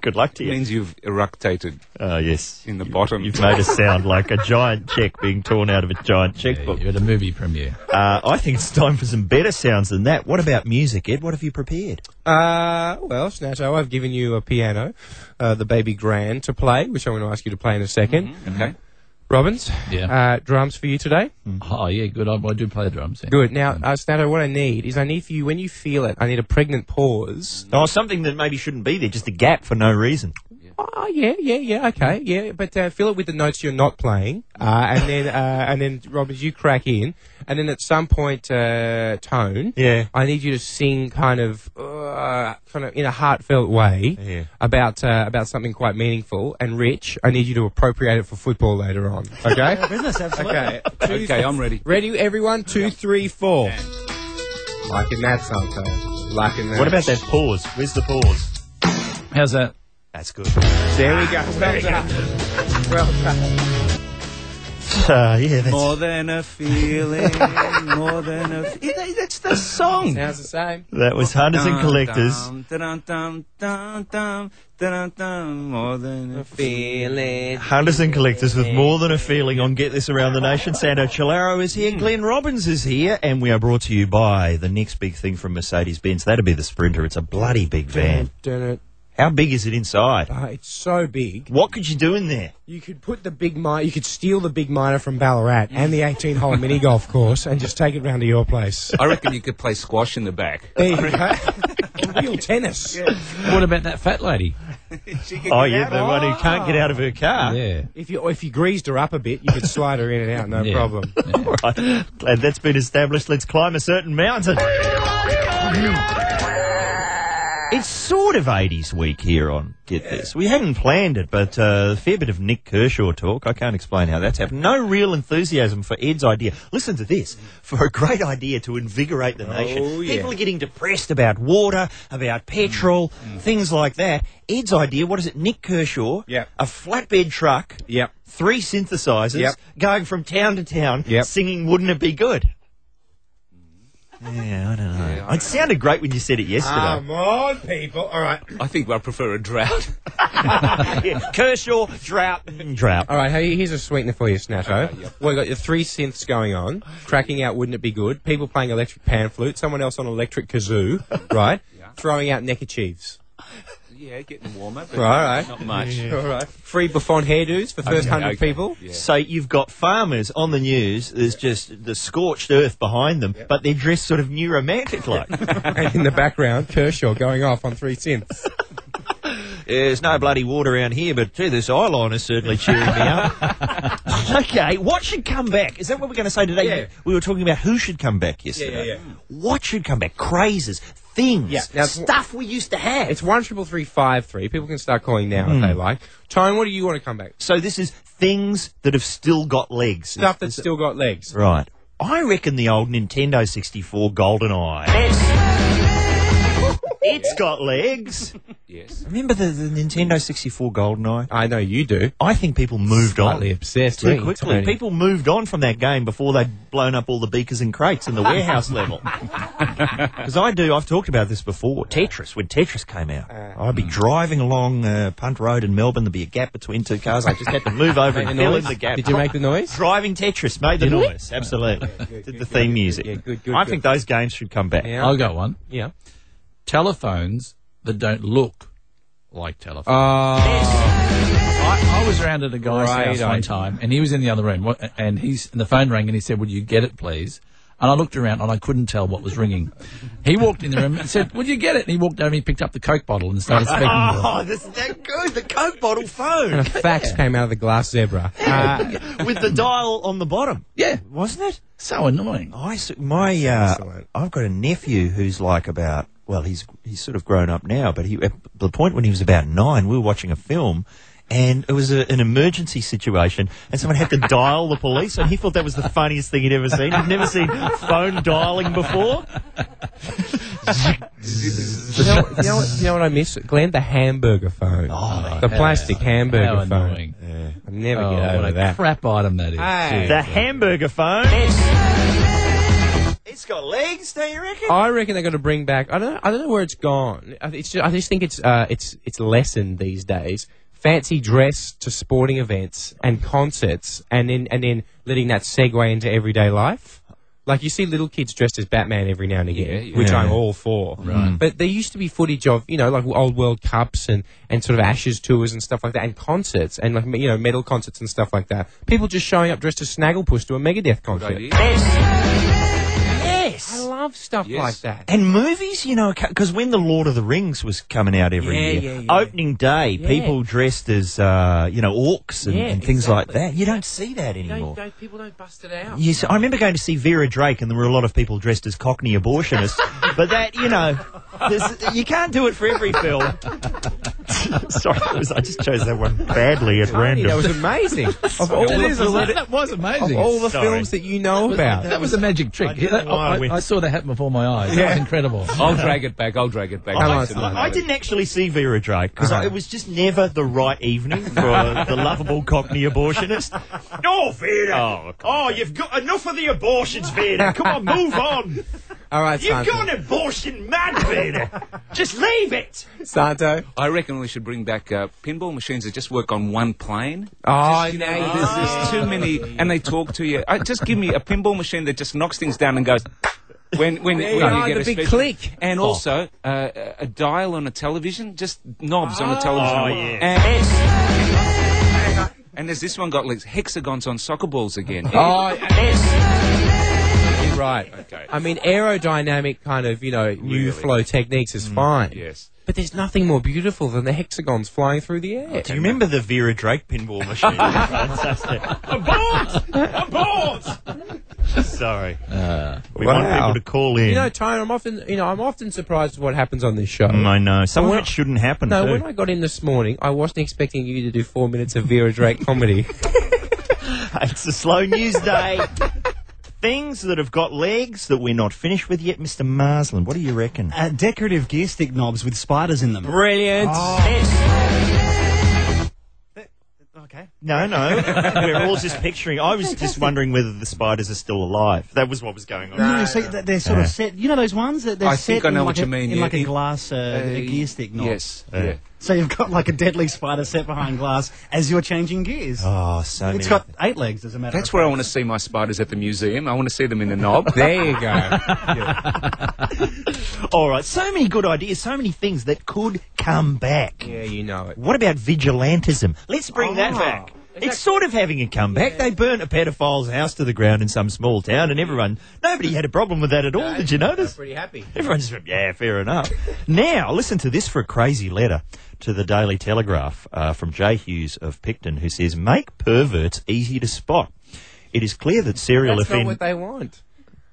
A: Good luck to
G: It
A: you.
G: means you've eructated
A: Oh, yes.
G: in the bottom.
A: You've made us sound like a giant check being torn out of a giant checkbook.
F: You're at a movie premiere.
A: Uh, I think it's time for some better sounds than that. What about music, Ed? What have you prepared?
B: Uh, well, Snatto, I've given you a piano, uh, the Baby Grand, to play, which I'm going to ask you to play in a 2nd
A: Mm-hmm.
G: okay.
B: Robbins,
F: Yeah.
B: uh, drums for you today.
F: Oh, yeah, good. I, I do play the drums. yeah.
B: Good. Now, uh, Snatto, what I need is I need for you, when you feel it, I need a pregnant pause.
A: Oh, something that maybe shouldn't be there, just a gap for no reason.
B: Oh, yeah, yeah, yeah, okay, yeah. But uh, fill it with the notes you're not playing. Uh,
A: Mm.
B: and then, uh, and then, Robbins, you crack in. And then at some point, uh, tone.
A: Yeah.
B: I need you to sing kind of, uh, kind of in a heartfelt way
A: Yeah.
B: about uh, about something quite meaningful and rich. I need you to appropriate it for football later on. Okay.
E: Business, absolutely.
B: okay.
G: Okay, I'm ready.
B: Ready, everyone? Two, three, four. Liking that song, Tone. Liking that.
A: What about that pause? Where's the pause?
F: How's that?
A: That's good.
B: There we go. Well done. Well done.
A: Uh, yeah, that's
G: More than a feeling, more than a. F- Yeah, that- that's the song.
B: Sounds the same.
A: That was Hunters and Collectors.
G: Dum, dum, dum, dum, dum, dum, dum, more than a
B: Feeling.
A: Hunters and Collectors with more than a feeling on Get This Around the Nation. Sandro Chilaro is
B: Hmm.
A: here, Glenn Robbins is here, and we are brought to you by the next big thing from Mercedes Benz. That'd be the Sprinter. It's a bloody big van.
B: Dun it.
A: How big is it inside?
B: Uh, it's so big.
A: What could you do in there?
B: You could put the big mine. You could steal the big miner from Ballarat and the 18-hole mini golf course, and just take it round to your place.
G: I reckon you could play squash in the back.
B: There you go. Real tennis.
F: What about that fat lady?
A: Oh, yeah, the one who can't
B: Ah.
A: get out of her car.
F: Yeah.
B: If you if you greased her up a bit, you could slide her in and out, no
F: Yeah.
B: problem.
A: All right. Glad that's been established. Let's climb a certain mountain. It's sort of 80s week here on Get This. We hadn't planned it, but uh, a fair bit of Nick Kershaw talk. I can't explain how that's happened. No real enthusiasm for Ed's idea. Listen to this. For a great idea to invigorate the nation. People are getting depressed about water, about petrol, things like that. Ed's idea, what is it? Nick Kershaw,
B: Yep.
A: a flatbed truck,
B: Yep.
A: three synthesizers,
B: Yep.
A: going from town to town,
B: Yep.
A: singing "Wouldn't It Be Good." Yeah, I don't know. it sounded great when you said it yesterday.
B: Come on, people. All right.
G: I think I prefer a drought.
A: Yeah, Kershaw, drought, mm, drought.
B: All right, hey, here's a sweetener for you, Snatto. We've got your three synths going on, cracking out Wouldn't It Be Good, people playing electric pan flute, someone else on electric kazoo, right? Throwing out neckerchiefs.
G: yeah, getting warmer. But
B: All right.
G: Not much.
B: All right. Free buffon hairdos for first
G: Okay,
B: hundred
G: okay.
B: people.
G: Yeah.
A: So you've got farmers on the news. There's just the scorched earth behind them, but they're dressed sort of new romantic like.
B: And in the background, Kershaw going off on three synths.
A: There's no bloody water around here, but gee, this eyeliner's certainly cheering me up. okay, what should come back? Is that what we're going to say today?
B: Yeah.
A: We were talking about who should come back yesterday.
B: yeah.
A: What should come back? Crazes, things,
B: Yeah, now-
A: stuff we used to have.
B: It's one triple three five three. People can start calling now if they like. Tone, what do you want to come back?
A: so this is things that have still got legs.
B: Stuff that's still got legs.
A: Right. I reckon the old Nintendo 64 Golden Eye.
C: Yes.
A: It's got legs.
G: Yes.
A: Remember the, the Nintendo 64 Golden Eye?
B: I know you do.
A: I think people moved
B: Slightly
A: on.
B: obsessed.
A: Too
B: really,
A: quickly.
B: Tony.
A: People moved on from that game before they'd blown up all the beakers and crates in the warehouse level. Because I do, I've talked about this before. Tetris, when Tetris came out, I'd be driving along uh, Punt Road in Melbourne, there'd be a gap between two cars. I just had to move over
B: Make
A: and
B: the
A: fill
B: noise?
A: in the gap.
B: Did you make the noise?
A: Driving Tetris made the noise, absolutely. Did the theme music.
B: yeah, good, good,
A: I
B: good.
A: think those games should come back.
B: Yeah.
F: I'll go one.
B: Yeah.
F: Telephones that don't look like telephones.
B: Uh,
F: Oh. I, I was round at a guy's
B: Right,
F: house one
B: I-
F: time, and he was in the other room, What- and he's and the phone rang, and he said, "Would you get it, please?" And I looked around, and I couldn't tell what was ringing. He walked in the room and said, "Would you get it?" And he walked over, and he picked up the Coke bottle and started speaking. to
A: Oh, this is that good. The Coke bottle
B: a
A: phone
B: fax came out of the glass zebra. Uh,
A: with the dial on the bottom.
F: Yeah.
A: Wasn't it?
F: it. So annoying.
A: I, s- my, uh,
B: Excellent.
A: I've got a nephew who's like about, well, he's, he's sort of grown up now, but he, at the point when he was about nine, we were watching a film and it was a, an emergency situation and someone had to dial the police and he thought that was the funniest thing he'd ever seen. He'd never seen phone dialing before.
B: you, know, you, know what, you know what I miss, Glenn? The hamburger phone. the plastic hamburger
F: Oh, How
B: phone.
F: annoying.
B: I never
F: Oh,
B: get
F: what
B: over
F: a
B: that.
F: crap item that is.
B: Hey.
A: The hamburger phone.
C: Yes.
A: It's got legs, don't you reckon?
B: I reckon they're going to bring back. I don't. Know, I don't know where it's gone. I, th- it's just, I just think it's uh, it's it's lessened these days. Fancy dress to sporting events and concerts, and then and then letting that segue into everyday life. Like you see little kids dressed as Batman every now and again,
G: yeah.
B: which
A: Yeah.
B: I'm all for. But there used to be footage of you know like old World Cups and and sort of Ashes tours and stuff like that, and concerts and like you know metal concerts and stuff like that. People just showing up dressed as Snagglepuss to a Megadeth concert.
G: idea.
B: I
A: Yes.
B: love stuff
G: Yes.
B: like that.
A: And movies, you know, because when The Lord of the Rings was coming out every
B: Yeah,
A: year,
B: yeah, yeah.
A: opening day, people dressed as, uh, you know, orcs and,
B: Yeah,
A: and things
B: exactly.
A: like that. You don't see that anymore.
B: people don't bust it out.
A: Yes, I remember going to see Vera Drake, and there were a lot of people dressed as Cockney abortionists. but that, you know, there's- you can't do it for every film. Sorry, that was, I just chose that one badly at random.
B: That was amazing. of all
F: That,
B: the,
F: is,
B: films-
F: that was amazing.
B: of all the
A: Sorry.
B: films that you know about.
F: that was a magic trick.
A: I don't know why
F: I,
A: we- Oh,
F: I saw that happen before my eyes. That was incredible.
G: I'll drag it back. I'll drag it back.
B: Come on,
G: Nice and
B: Simon.
A: I
G: loud.
A: didn't actually see Vera Drake because it was just never the right evening for the lovable Cockney abortionist. No, Vera. Oh, you've got enough of the abortions, Vera. Come on, move on.
B: all right,
A: You've
B: Santo.
A: gone abortion mad, Vera. Just leave it.
B: Santo.
G: I reckon we should bring back uh, pinball machines that just work on one plane.
B: Oh,
G: You know,
B: now
G: there's, there's too many, and they talk to you. I, just give me a pinball machine that just knocks things down and goes. When when, when
B: you are,
G: get
B: the
G: a
B: big
G: special-
B: click. Oh.
G: and also uh, a- a dial on a television, just knobs on a television.
A: Oh, yeah.
G: And, and there's this one got legs, hexagons on soccer balls again.
B: Oh, you're right.
G: Okay.
B: I mean, aerodynamic kind of, you know, new
G: Really?
B: flow techniques is fine.
G: yes.
B: But there's nothing more beautiful than the hexagons flying through the air.
A: Do you remember the Vera Drake pinball machine? Fantastic. Abort! Abort! Sorry. we want
B: Uh, Wow.
A: people to call in.
B: You know, Tone, I'm often, you know, I'm often surprised at what happens on this show.
A: Mm, I know. Some
B: Well,
A: of it shouldn't happen.
B: No,
A: too.
B: when I got in this morning, I wasn't expecting you to do four minutes of Vera Drake comedy.
A: It's a slow news day. Things that have got legs that we're not finished with yet, Mr. Marsland. What do you reckon?
E: Uh, decorative gear stick knobs with spiders in them.
B: Brilliant.
G: Oh,
E: Okay.
A: No, no. we're all just picturing. I was just wondering whether the spiders are still alive. That was what was going on.
E: No, so th- they're sort
A: Yeah.
E: of set. You know those ones that they're
G: I
E: set
G: think I know
E: in
G: what
E: like
G: you
E: a,
G: mean,
E: in
G: yeah.
E: like a
G: In-
E: glass uh, a
G: Uh,
E: gear stick knob.
G: Yes.
A: Yeah.
G: yeah.
E: So you've got like a deadly spider set behind glass as you're changing gears.
A: Oh, so
E: it's
A: many-
E: got eight legs, as a matter.
G: That's
E: of
G: where I want to see my spiders at the museum. I want to see them in the knob.
B: There you go.
A: All right, so many good ideas, so many things that could come back.
B: Yeah, you know it.
A: What about vigilantism? Let's bring Ah. that back. It's sort of having a comeback. They burnt a pedophile's house to the ground in some small town, and everyone, nobody had a problem with that at all. Did you notice?
B: Pretty happy.
A: Everyone's just, yeah, fair enough. now, listen to this for a crazy letter to the Daily Telegraph uh, from Jay Hughes of Picton, who says, "Make perverts easy to spot." It is clear that serial
B: That's not
A: offend.
B: what they want.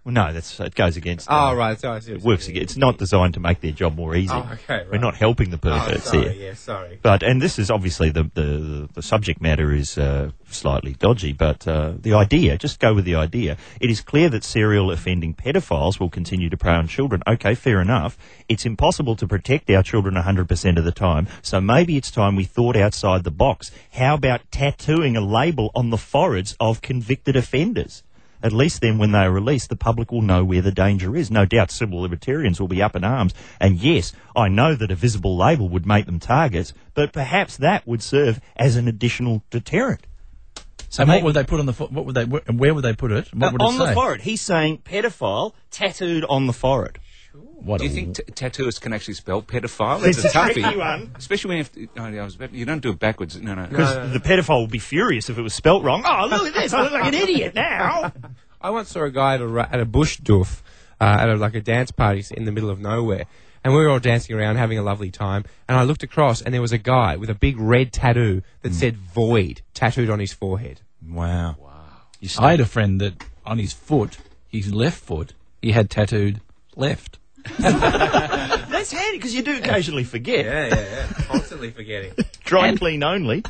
A: Well, no, that's it goes against. uh,
B: Oh, right. Sorry.
A: It works again. It's not designed to make their job more easy.
B: Oh, okay,
A: We're
B: right.
A: not helping the
B: Oh,
A: perverts here.
B: sorry. Yeah, sorry.
A: But and this is obviously the the, the subject matter is uh, slightly dodgy, but uh, the idea just go with the idea. It is clear that serial offending pedophiles will continue to prey on children. Okay, fair enough. It's impossible to protect our children 100% of the time, so maybe it's time we thought outside the box. How about tattooing a label on the foreheads of convicted offenders? At least then, when they are released, the public will know where the danger is. No doubt civil libertarians will be up in arms. And yes, I know that a visible label would make them targets, but perhaps that would serve as an additional deterrent. So
F: And
A: maybe-
F: what would they put on the? fo- What would they? wh- and Where would they put it? What would
A: Uh,
F: it
A: on the
F: say?
A: forehead. He's saying pedophile tattooed on the forehead.
F: What
G: Do you
F: a-
G: think t- tattooists can actually spell pedophile?
A: It's
G: It's,
A: a
G: a toughie.
A: tricky one.
G: Especially when you, have to, no, I was about- you don't do it backwards. No, no.
A: Because the pedophile would be furious if it was spelt wrong. Oh, look at this. I look like an idiot now.
B: I once saw a guy at a, ra- at a bush doof, uh, at a, like a dance party in the middle of nowhere. And we were all dancing around, having a lovely time. And I looked across, and there was a guy with a big red tattoo that
F: Mm.
B: said "Void" tattooed on his forehead.
A: Wow.
F: I had a friend that on his foot, his left foot, he had tattooed left.
A: That's handy because you do occasionally forget.
B: yeah, yeah. Constantly forgetting.
A: dry clean only.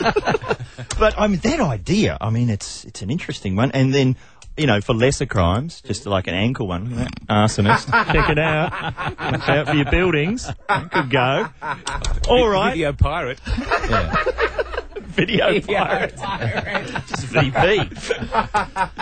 A: but I mean that idea. I mean it's it's an interesting one. And then you know for lesser crimes, just like an ankle one, look at that, arsonist. Check it out. Watch out for your buildings. Could go. All right,
G: Video pirate.
A: video pirate. Just VP.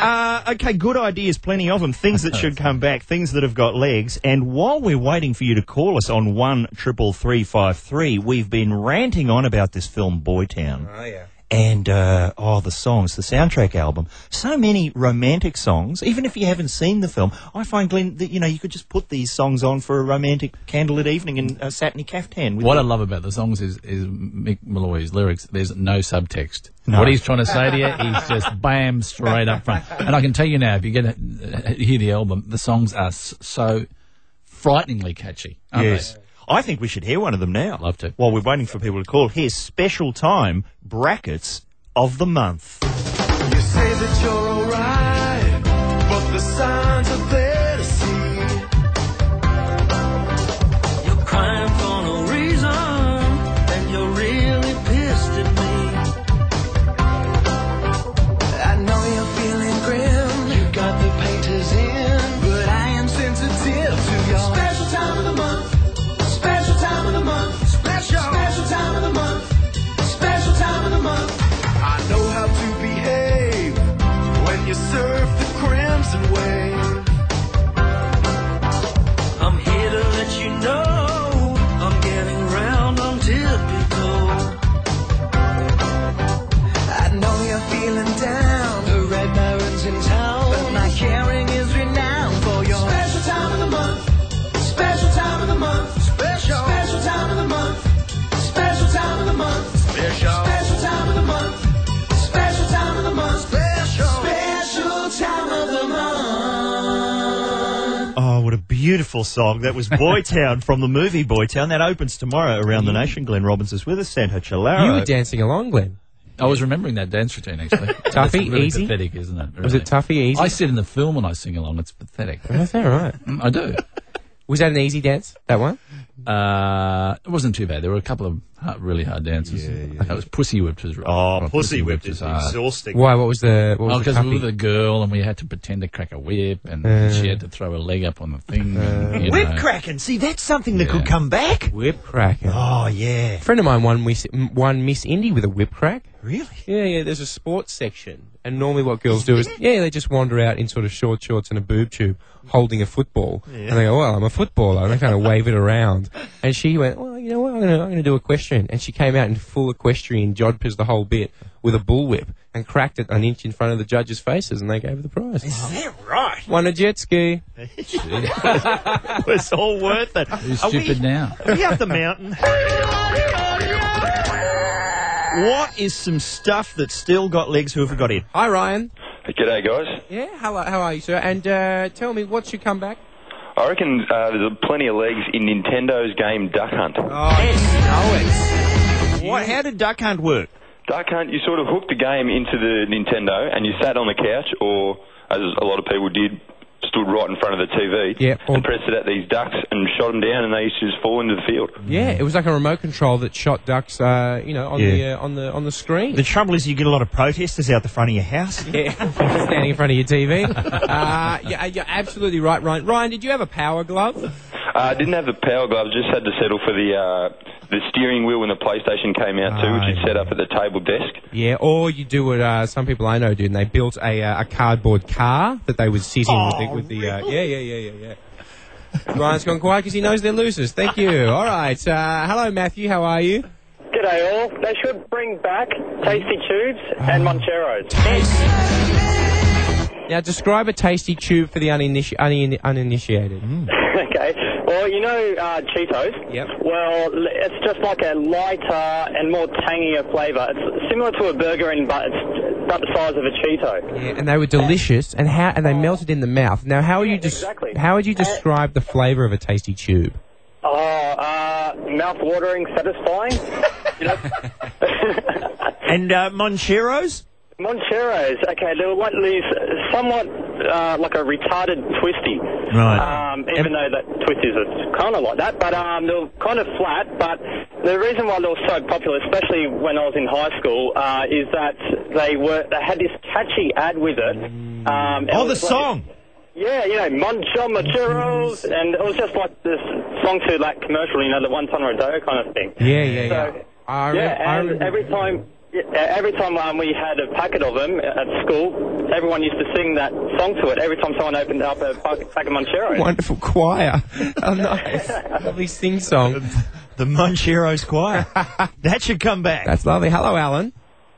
A: Uh, okay, good ideas, plenty of them. Things that should come back, things that have got legs. And while we're waiting for you to call us on one triple three five three, we've been ranting on about this film Boytown
B: Oh yeah.
A: and uh, oh, the songs, the soundtrack album. So many romantic songs. Even if you haven't seen the film, I find Glenn that you know you could just put these songs on for a romantic candlelit evening uh, in a satiny caftan. With
F: What I
A: the-
F: love about the songs is, is Mick Malloy's lyrics. There's no subtext.
A: No.
F: What he's trying to say to you, he's just bam straight up front. And I can tell you now, if you get a, hear the album, the songs are s- so frighteningly catchy. Aren't
A: yes. I think we should hear one of them now.
F: Love to.
A: While we're waiting for people to call, here's special time brackets of the month.
J: You say that you're alright, but the signs are there to see. You're crying for no reason, and you're really pissed at me. I know you're feeling grim, you got the painters in, but I am sensitive to your special time of the month. Special time of the month. Special. Special time of the month. Special time of the month. I know how to behave when you surf the crimson wave. I'm here to let you know I'm getting round on tiptoe. I know you're feeling down. The red baron's in town, but my caring is renowned for your special time of the month. Special time of the month. Special. Special time of the month. Special time of the month. Special. Special time of the month. Special time of the month. Special. Special time of the month.
A: Oh, what a beautiful song. That was Boytown from the movie Boytown. That opens tomorrow around the nation. Glenn Robbins is with us. Santa Chalaro.
B: You were dancing along, Glen.
F: they? I was remembering that dance routine actually.
B: Tuffy,
F: It's really
B: easy?
F: pathetic, isn't it?
B: Was it
F: really?
B: toughy, easy?
F: I sit in the film and I sing along. It's pathetic.
B: That's all right.
F: Mm, I do.
B: Was that an easy dance? That one?
F: Uh, it wasn't too bad. There were a couple of hard, really hard dances. It was Pussy Whipped. Was,
A: Oh, Pussy Whipped is
F: hard.
A: exhausting.
B: Why? What was the? What was
F: Oh,
B: the
F: because we
B: tuffy?
F: were the girl and we had to pretend to crack a whip and she had to throw a leg up on the thing. and, you
A: Whip
F: know.
A: cracking. See, that's something that could
F: Yeah.
A: come back.
B: whip crack. A
A: Oh, yeah.
B: friend of mine won Miss, m- won Miss Indy with a whip crack.
A: Really?
B: Yeah, yeah. There's a sports section, and normally what girls do is yeah, they just wander out in sort of short shorts and a boob tube, holding a football, and they go, "Well, I'm a footballer," and they kind of wave it around. And she went, "Well, you know what? I'm gonna I'm gonna do equestrian," and she came out in full equestrian jodhpurs the whole bit with a bullwhip and cracked it an inch in front of the judges' faces, and they gave her the prize.
A: Is that right?
B: Won a jet ski.
A: It's all worth it.
F: Who's
A: Are
F: stupid
A: we,
F: now?
A: Are we up the mountain? What is some stuff that's still got legs who have got in?
B: Hi, Ryan.
K: G'day, guys.
B: Yeah, hello, how are you, sir? And uh, tell me, what's your comeback?
K: I reckon uh, there's plenty of legs in Nintendo's game Duck Hunt.
B: Oh,
A: What? How did Duck Hunt work?
K: Duck Hunt, you sort of hooked the game into the Nintendo and you sat on the couch, or as a lot of people did, stood right in front of the TV
B: Yeah, or-
K: and pressed it at these ducks and shot them down, and they used to just fall into the field.
B: Yeah, it was like a remote control that shot ducks, uh, you know, on
A: Yeah.
B: the uh, on the on the screen.
A: The trouble is, you get a lot of protesters out the front of your house.
B: Yeah, standing in front of your TV. uh, yeah, you're absolutely right, Ryan. Ryan, did you have a power glove?
K: I uh, didn't have the power glove, just had to settle for the uh, the steering wheel when the PlayStation came out too, which you'd set up at the table desk.
B: Yeah, or you do what uh, some people I know do, and they built a, uh, a cardboard car that they would sit in with the. With the uh, yeah, yeah, yeah, yeah, yeah. Ryan's gone quiet because he knows they're losers. Thank you. All right. Uh, hello, Matthew. How are you?
L: G'day all. They should bring back Tasty Tubes and Moncheros.
B: Now, describe a tasty tube for the uniniti- unin- uninitiated.
L: okay. Well, you know uh, Cheetos?
B: Yep.
L: Well, l- it's just like a lighter and more tangier flavour. It's similar to a burger in but it's about the size of a Cheeto.
B: Yeah, and they were delicious, and how and they melted in the mouth. Now, how would you des- how would you
L: Uh,
B: describe the flavour of a tasty tube?
L: Oh, uh, mouth-watering, satisfying. you know,
A: And uh, Moncheros?
L: Moncheros. Okay, they're like these uh, somewhat uh, like a retarded twisty.
A: Right.
L: Um, even though that twisties are kind of like that, but um, they're kind of flat. But the reason why they were so popular, especially when I was in high school, uh, is that they were they had this catchy ad with it. Um,
A: Oh,
L: it
A: the
L: was like-
A: song.
L: yeah, you know, Moncho Macheros, and it was just like this song to that commercial, you know, the one ton a day kind of thing.
B: Yeah, yeah, yeah.
L: So,
B: I rem- I
L: yeah, and
B: remember-
L: every time, yeah, every time um, we had a packet of them at school, everyone used to sing that song to it. Every time someone opened up a pack pack of Moncheros.
B: Wonderful choir. Oh, nice. lovely sing song.
A: The Moncheros Choir. that should come back.
B: That's lovely. Hello, Alan.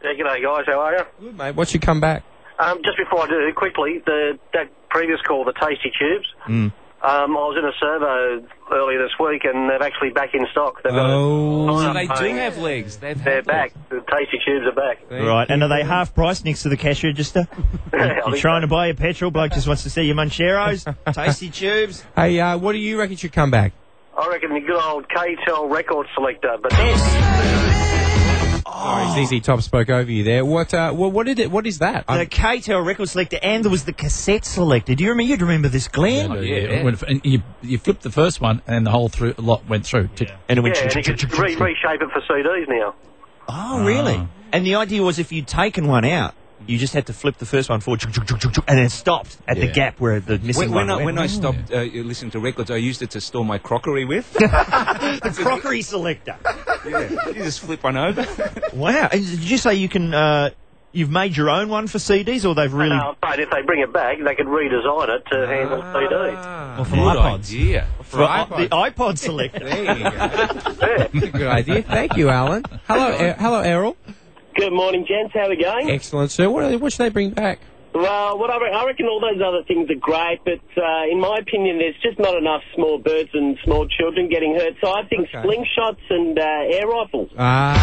M: Yeah, g'day guys, how are you? Good
B: Mate, what's your comeback?
M: Um, just before I do, quickly, the that previous call, the Tasty Tubes. Um, I was in a servo earlier this week, and they're actually back in stock. They've got a
B: Oh.
G: So
M: sign-up
G: they do
M: page.
G: have legs. They've
M: They're
G: had
M: back.
G: legs.
M: The Tasty Tubes are back.
A: Right, and are they half price next to the cash register? You're trying to buy your petrol, bloke just wants to see your Moncheros, tasty tubes.
B: Hey, uh, what do you reckon's your comeback?
M: I reckon the good old KTEL record selector, but
B: Sorry, ZZ Top spoke over you there. What? Uh, well, what did it? What is that?
A: The KTEL record selector, and there was the cassette selector. Do you remember? You'd remember this, Glenn?
F: When- and you, you flipped the first one, and the whole through lot went through.
A: And it
M: yeah, and you can re- reshape it for CDs now.
A: Oh, really? And the idea was if you'd taken one out, you just had to flip the first one forward, chuk, chuk, chuk, chuk, chuk, and then stopped at the
G: Yeah.
A: gap where the missing
G: When, when,
A: one
G: I,
A: went.
G: when I stopped uh, listening to records, I used it to store my crockery with.
A: the crockery selector.
G: yeah, you just flip one over.
A: Wow. And did you say you can, uh, you've made your own one for CDs, or they've
B: Mm.
A: really...
M: No, Uh, but if they bring it back, they could redesign it to handle
B: Ah.
M: CDs.
A: Well, for
G: Good
A: iPods.
G: idea.
A: For i- the iPod selector.
B: Good idea. Thank you, Alan. Hello, er- hello, Errol.
N: Good morning, gents. How are we going?
B: Excellent, sir. What, are- what should they bring back?
N: Well, what I, re- I reckon all those other things are great, but uh, in my opinion, there's just not enough small birds and small children getting hurt. So I think slingshots and uh, air rifles.
B: Ah.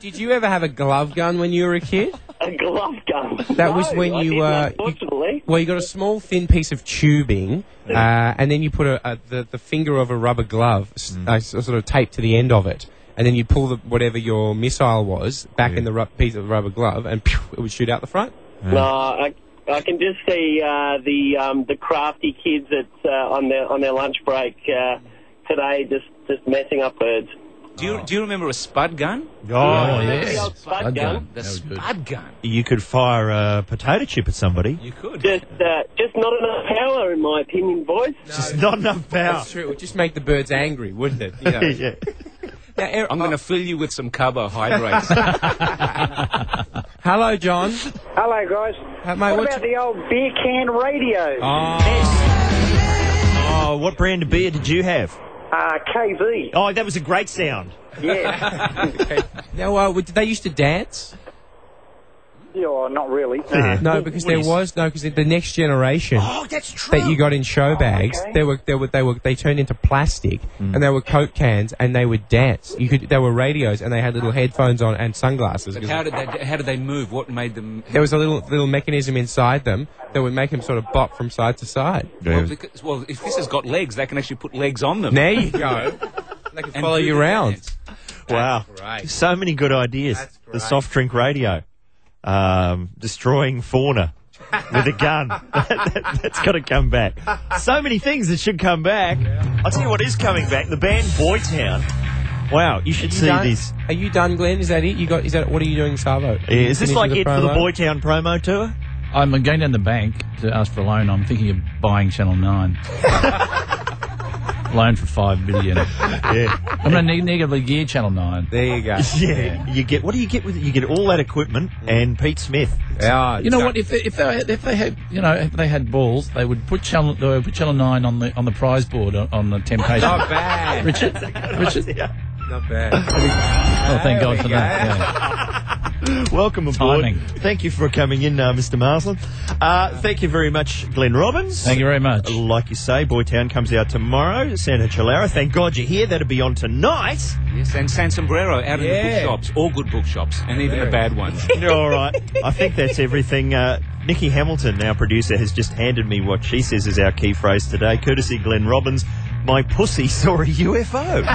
B: did you ever have a glove gun when you were a kid?
N: A glove gun.
B: That was
N: No,
B: when
N: I
B: you,
N: didn't,
B: uh,
N: unfortunately.
B: Well, you got a small, thin piece of tubing, uh, and then you put a, a, the, the finger of a rubber glove s uh, s- sort of taped to the end of it, and then you pull the, whatever your missile was back in the ru- piece of rubber glove, and pew, it would shoot out the front.
N: No, I, I can just see uh, the um, the crafty kids at uh, on their on their lunch break uh, today just just messing up birds.
G: Do you, do you remember a spud gun?
A: Oh,
N: The
A: yes.
N: old spud gun.
G: The spud gun.
A: You could fire a potato chip at somebody.
G: You could.
N: Just, uh, just not enough power, in my opinion, boys.
A: Just not enough power.
B: That's true. It would just make the birds angry, wouldn't it? You know.
A: yeah.
B: Now, Er-
G: I'm going to fill you with some carbohydrates.
B: Hello, John.
O: Hello, guys.
B: Uh, mate,
O: what
B: what's-
O: about the old beer can radio?
A: Oh, what brand of beer did you have?
O: Uh, KV.
A: Oh, that was a great sound.
O: Yeah.
B: now, uh, would- did they used to dance?
O: Yeah, not really.
B: No, because there was no because the next generation
A: Oh,
B: that you got in show bags, they were they were they were they turned into plastic
A: Mm.
B: and they were coke cans and they would dance. You could they were radios and they had little headphones on and sunglasses.
G: But how did they how did they move? What made them?
B: there was a little little mechanism inside them that would make them sort of bop from side to side.
G: Well, because, well, if this has got legs, they can actually put legs on them.
B: There you go. they can follow you around.
A: Wow. So many good ideas. The soft drink radio. Um, destroying fauna with a gun. that, has got to come back. So many things that should come back. I'll tell you what is coming back. The band Boytown. Wow, you should
B: You
A: see
B: done-
A: this.
B: Are you done, Glenn? Is that it? You got? Is that what are you doing, Savo?
A: Yeah, Is this like it for the Boytown promo tour?
F: I'm going down the bank to ask for a loan. I'm thinking of buying Channel 9. loan for 5 billion.
A: Yeah.
F: I'm going to negatively gear Channel 9.
B: There you go.
A: Yeah, you get what do you get with it? You get all that equipment and Pete Smith.
B: Yeah,
F: You know what? If they, if they if they had you know if they had balls, they would put channel they would put channel nine on the on the prize board on, on the temptation.
B: Not bad.
F: Richard. Richard.
B: Not bad.
F: Oh,
B: There
F: thank God
B: we
F: for that.
B: go.
F: yeah.
A: Welcome aboard. Thank you for coming in, uh, Mr. Marsland. Uh, thank you very much, Glenn Robbins.
F: Thank you very much.
A: Like you say, Boytown comes out tomorrow. Santa Chilara, thank God you're here. That'll be on tonight.
G: Yes, and San Sombrero out in the
A: Yeah.
G: bookshops, all good bookshops, and even the bad ones.
A: You're all right. I think that's everything. Uh, Nikki Hamilton, our producer, has just handed me what she says is our key phrase today, courtesy Glenn Robbins. My pussy saw a UFO.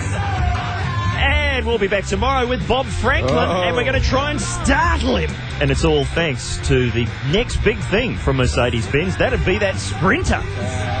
A: and we'll be back tomorrow with Bob Franklin,
J: Oh.
A: and we're going to try and startle him. And it's all thanks to the next big thing from Mercedes Benz. That'd be that sprinter.